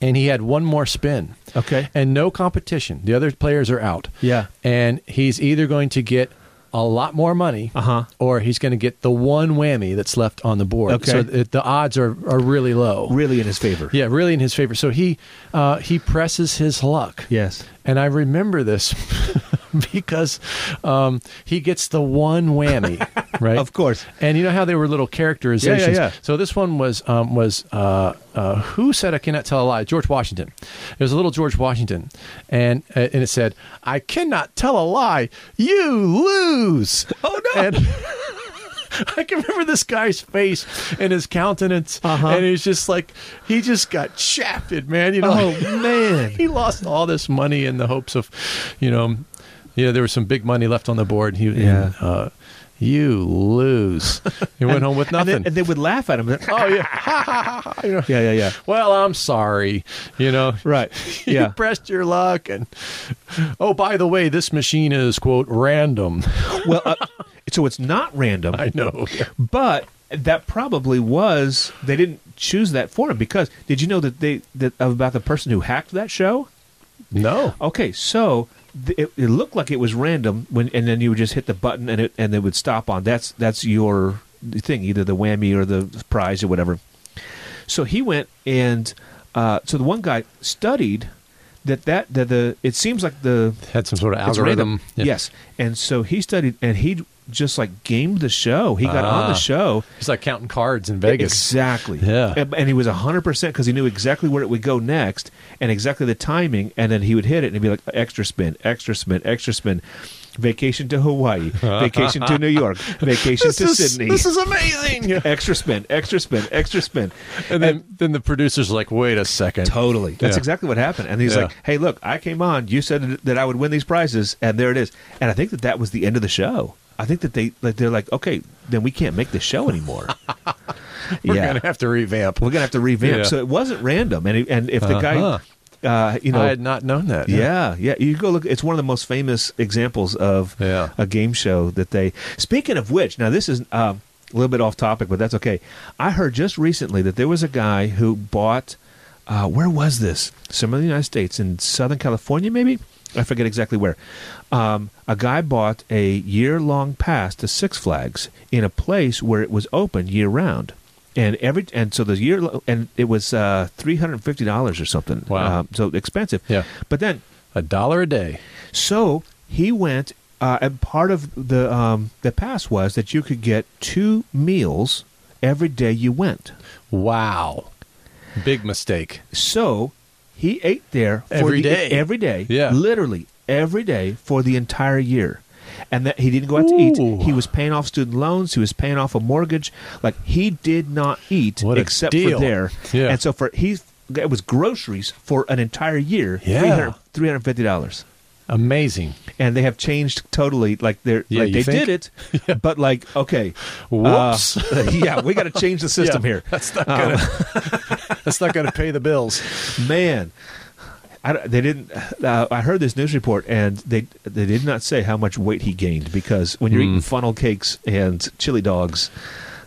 [SPEAKER 1] and he had one more spin.
[SPEAKER 2] Okay.
[SPEAKER 1] And no competition. The other players are out.
[SPEAKER 2] Yeah.
[SPEAKER 1] And he's either going to get a lot more money
[SPEAKER 2] Uh huh.
[SPEAKER 1] or he's going to get the one whammy that's left on the board.
[SPEAKER 2] Okay.
[SPEAKER 1] So it, the odds are, are really low.
[SPEAKER 2] Really in his favor.
[SPEAKER 1] Yeah, really in his favor. So he uh, he presses his luck.
[SPEAKER 2] Yes.
[SPEAKER 1] And I remember this [laughs] because um, he gets the one
[SPEAKER 2] [laughs]
[SPEAKER 1] whammy, right?
[SPEAKER 2] Of course.
[SPEAKER 1] And you know how they were little characterizations.
[SPEAKER 2] yeah.
[SPEAKER 1] So this one was um, was uh, uh, who said I cannot tell a lie? George Washington. There's a little George Washington, and uh, and it said, "I cannot tell a lie. You lose."
[SPEAKER 2] [laughs] Oh, no.
[SPEAKER 1] And [laughs] I can remember this guy's face and his countenance,
[SPEAKER 2] Uh-huh.
[SPEAKER 1] and he's just like he just got chaffed, man. You know,
[SPEAKER 2] Oh [laughs]
[SPEAKER 1] [laughs]
[SPEAKER 2] man.
[SPEAKER 1] he lost all this money in the hopes of, you know, you know, there was some big money left on the board. And he,
[SPEAKER 2] Yeah.
[SPEAKER 1] and, uh, you
[SPEAKER 2] [laughs]
[SPEAKER 1] lose. He went home with
[SPEAKER 2] And
[SPEAKER 1] nothing.
[SPEAKER 2] they, and they would laugh at him.
[SPEAKER 1] oh yeah, [laughs] You know,
[SPEAKER 2] yeah, yeah, yeah.
[SPEAKER 1] Well, I'm sorry. You know,
[SPEAKER 2] Right.
[SPEAKER 1] [laughs] you
[SPEAKER 2] [laughs] Yeah.
[SPEAKER 1] pressed your luck, and oh, by the way, this machine is quote random. [laughs]
[SPEAKER 2] well, uh, so it's not random.
[SPEAKER 1] I know.
[SPEAKER 2] But that probably was they didn't choose that for him because did you know that they that about the person who hacked that show?
[SPEAKER 1] No.
[SPEAKER 2] Okay, so th- it, it looked like it was random when, and then you would just hit the button and it and it would stop on. That's that's your thing, either the whammy or the prize or whatever. So he went and uh, so the one guy studied that that that the it seems like the
[SPEAKER 1] Had some sort of
[SPEAKER 2] it's random.
[SPEAKER 1] algorithm. Yeah.
[SPEAKER 2] Yes, and so he studied, and he just like gamed the show. He got on
[SPEAKER 1] Ah.
[SPEAKER 2] the show.
[SPEAKER 1] It's like counting cards in Vegas.
[SPEAKER 2] Exactly.
[SPEAKER 1] Yeah.
[SPEAKER 2] And, and he was 100% because he knew exactly where it would go next and exactly the timing. And then he would hit it and it'd be like extra spin, extra spin, extra spin. Vacation to Hawaii, vacation to New
[SPEAKER 1] [laughs]
[SPEAKER 2] York, vacation to Sydney.
[SPEAKER 1] This is amazing.
[SPEAKER 2] [laughs] extra spin, extra spin, extra spin.
[SPEAKER 1] And then, then the producer's like, wait a second.
[SPEAKER 2] Totally. That's
[SPEAKER 1] Yeah.
[SPEAKER 2] exactly what happened. And he's
[SPEAKER 1] Yeah.
[SPEAKER 2] like, hey, look, I came on. You said that I would win these prizes, and there it is. And I think that that was the end of the show. I think that they like they're like, okay, then we can't make this show anymore.
[SPEAKER 1] [laughs] We're going to have to revamp.
[SPEAKER 2] we're gonna have to revamp.
[SPEAKER 1] Yeah. Uh-huh.
[SPEAKER 2] So it wasn't random, and it- and if the guy, uh, you know,
[SPEAKER 1] I had not known that.
[SPEAKER 2] yeah, yeah, you go look. It's one of the most famous examples of
[SPEAKER 1] Yeah.
[SPEAKER 2] a game show that they. Speaking of which, now this is um, a little bit off topic, but that's okay. I heard just recently that there was a guy who bought. Uh, where was this? Somewhere in the United States, in Southern California, maybe. I forget exactly where. Um, a guy bought a year-long pass to Six Flags in a place where it was open year-round, and every and so the year and it was uh, three hundred and fifty dollars or something.
[SPEAKER 1] Wow.
[SPEAKER 2] Uh, so expensive.
[SPEAKER 1] Yeah.
[SPEAKER 2] But then
[SPEAKER 1] A dollar a day.
[SPEAKER 2] so he went, uh, and part of the um, the pass was that you could get two meals every day you went.
[SPEAKER 1] Wow. Big mistake.
[SPEAKER 2] So he ate there for
[SPEAKER 1] Every
[SPEAKER 2] the- e-,
[SPEAKER 1] day.
[SPEAKER 2] every day,
[SPEAKER 1] Yeah.
[SPEAKER 2] literally every day for the entire year. And that he didn't go out to eat.
[SPEAKER 1] Ooh.
[SPEAKER 2] He was paying off student loans. He was paying off a mortgage. Like he did not eat
[SPEAKER 1] What a
[SPEAKER 2] except
[SPEAKER 1] deal.
[SPEAKER 2] for there.
[SPEAKER 1] Yeah.
[SPEAKER 2] And so for he, it was groceries for an entire year.
[SPEAKER 1] Yeah.
[SPEAKER 2] 300 350 dollars.
[SPEAKER 1] Amazing.
[SPEAKER 2] and they have changed totally. Like they're
[SPEAKER 1] Yeah,
[SPEAKER 2] like
[SPEAKER 1] you
[SPEAKER 2] they
[SPEAKER 1] think?
[SPEAKER 2] did
[SPEAKER 1] [laughs]
[SPEAKER 2] it, but like okay, uh,
[SPEAKER 1] Whoops.
[SPEAKER 2] [laughs] yeah, we got to change the
[SPEAKER 1] [laughs]
[SPEAKER 2] system
[SPEAKER 1] Yeah,
[SPEAKER 2] here,
[SPEAKER 1] That's not gonna. [laughs] that's not gonna pay the bills.
[SPEAKER 2] man. I, don't- they didn't. Uh, I heard this news report, and they they did not say how much weight he gained because when you're
[SPEAKER 1] Mm.
[SPEAKER 2] eating funnel cakes and chili dogs,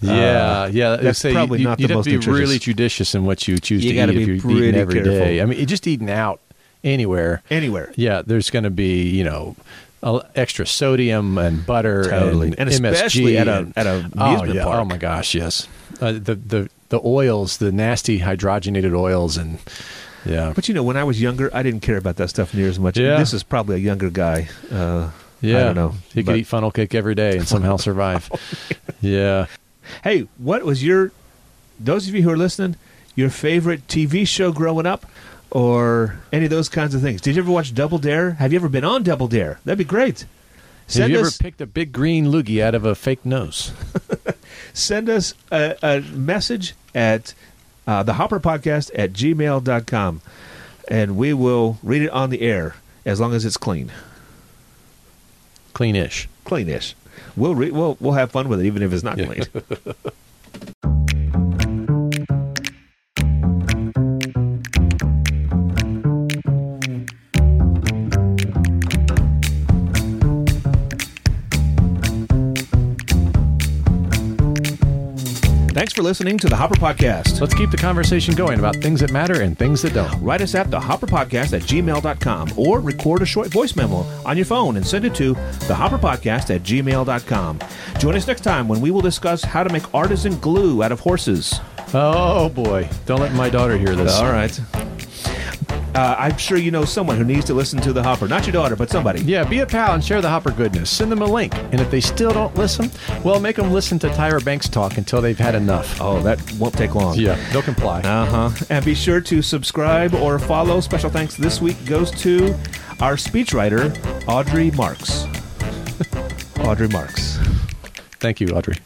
[SPEAKER 2] uh,
[SPEAKER 1] Yeah, yeah.
[SPEAKER 2] that's
[SPEAKER 1] say
[SPEAKER 2] probably
[SPEAKER 1] you,
[SPEAKER 2] not
[SPEAKER 1] you'd
[SPEAKER 2] the
[SPEAKER 1] have
[SPEAKER 2] most
[SPEAKER 1] to be really
[SPEAKER 2] nutritious.
[SPEAKER 1] judicious in what you choose
[SPEAKER 2] You
[SPEAKER 1] to eat.
[SPEAKER 2] gotta
[SPEAKER 1] If
[SPEAKER 2] be
[SPEAKER 1] you're eating
[SPEAKER 2] pretty
[SPEAKER 1] every day.
[SPEAKER 2] careful.
[SPEAKER 1] I mean, just eating out anywhere.
[SPEAKER 2] anywhere,
[SPEAKER 1] Yeah, there's going to be you know a- extra sodium and butter
[SPEAKER 2] Totally.
[SPEAKER 1] and,
[SPEAKER 2] And
[SPEAKER 1] MSG
[SPEAKER 2] especially at a-
[SPEAKER 1] and-
[SPEAKER 2] at a amusement
[SPEAKER 1] oh, yeah.
[SPEAKER 2] park.
[SPEAKER 1] Oh my gosh, yes. Uh, the the the oils, the nasty hydrogenated oils, and yeah,
[SPEAKER 2] But you know, when I was younger, I didn't care about that stuff near as much.
[SPEAKER 1] Yeah.
[SPEAKER 2] This is probably a younger guy. Uh,
[SPEAKER 1] yeah.
[SPEAKER 2] I don't know.
[SPEAKER 1] You
[SPEAKER 2] But- Oh,
[SPEAKER 1] could eat funnel cake every day and
[SPEAKER 2] [laughs]
[SPEAKER 1] somehow survive. yeah.
[SPEAKER 2] Hey, what was your those of you who are listening, your favorite TV show growing up or any of those kinds of things? Did you ever watch Double Dare? Have you ever been on Double Dare? That'd be great.
[SPEAKER 1] Have
[SPEAKER 2] Send
[SPEAKER 1] you ever
[SPEAKER 2] us
[SPEAKER 1] picked a big green loogie out of a fake nose?
[SPEAKER 2] send us a, a message at uh, the Hopper Podcast at gmail.com and we will read it on the air as long as it's clean.
[SPEAKER 1] Cleanish.
[SPEAKER 2] Cleanish. We'll re- we'll we'll have fun with it even if it's not
[SPEAKER 1] Yeah.
[SPEAKER 2] clean. Thanks for listening to the Hopper Podcast.
[SPEAKER 1] Let's keep the conversation going about things that matter and things that don't.
[SPEAKER 2] Write us at thehopperpodcast at gmail.com or record a short voice memo on your phone and send it to thehopperpodcast at gmail.com. Join us next time when we will discuss how to make artisan glue out of horses.
[SPEAKER 1] Oh boy! Don't let my daughter hear this.
[SPEAKER 2] All right. Uh, I'm sure you know someone who needs to listen to The Hopper. Not your daughter, but somebody.
[SPEAKER 1] Yeah, be a pal and share the Hopper goodness. Send them a link. And if they still don't listen, well, make them listen to Tyra Banks talk until they've had enough.
[SPEAKER 2] Oh, that won't take long.
[SPEAKER 1] Yeah, they'll comply.
[SPEAKER 2] Uh huh. And be sure to subscribe or follow. Special thanks this week goes to our speechwriter, [laughs] Audrey Marks. Audrey Marks.
[SPEAKER 1] Thank you, Audrey.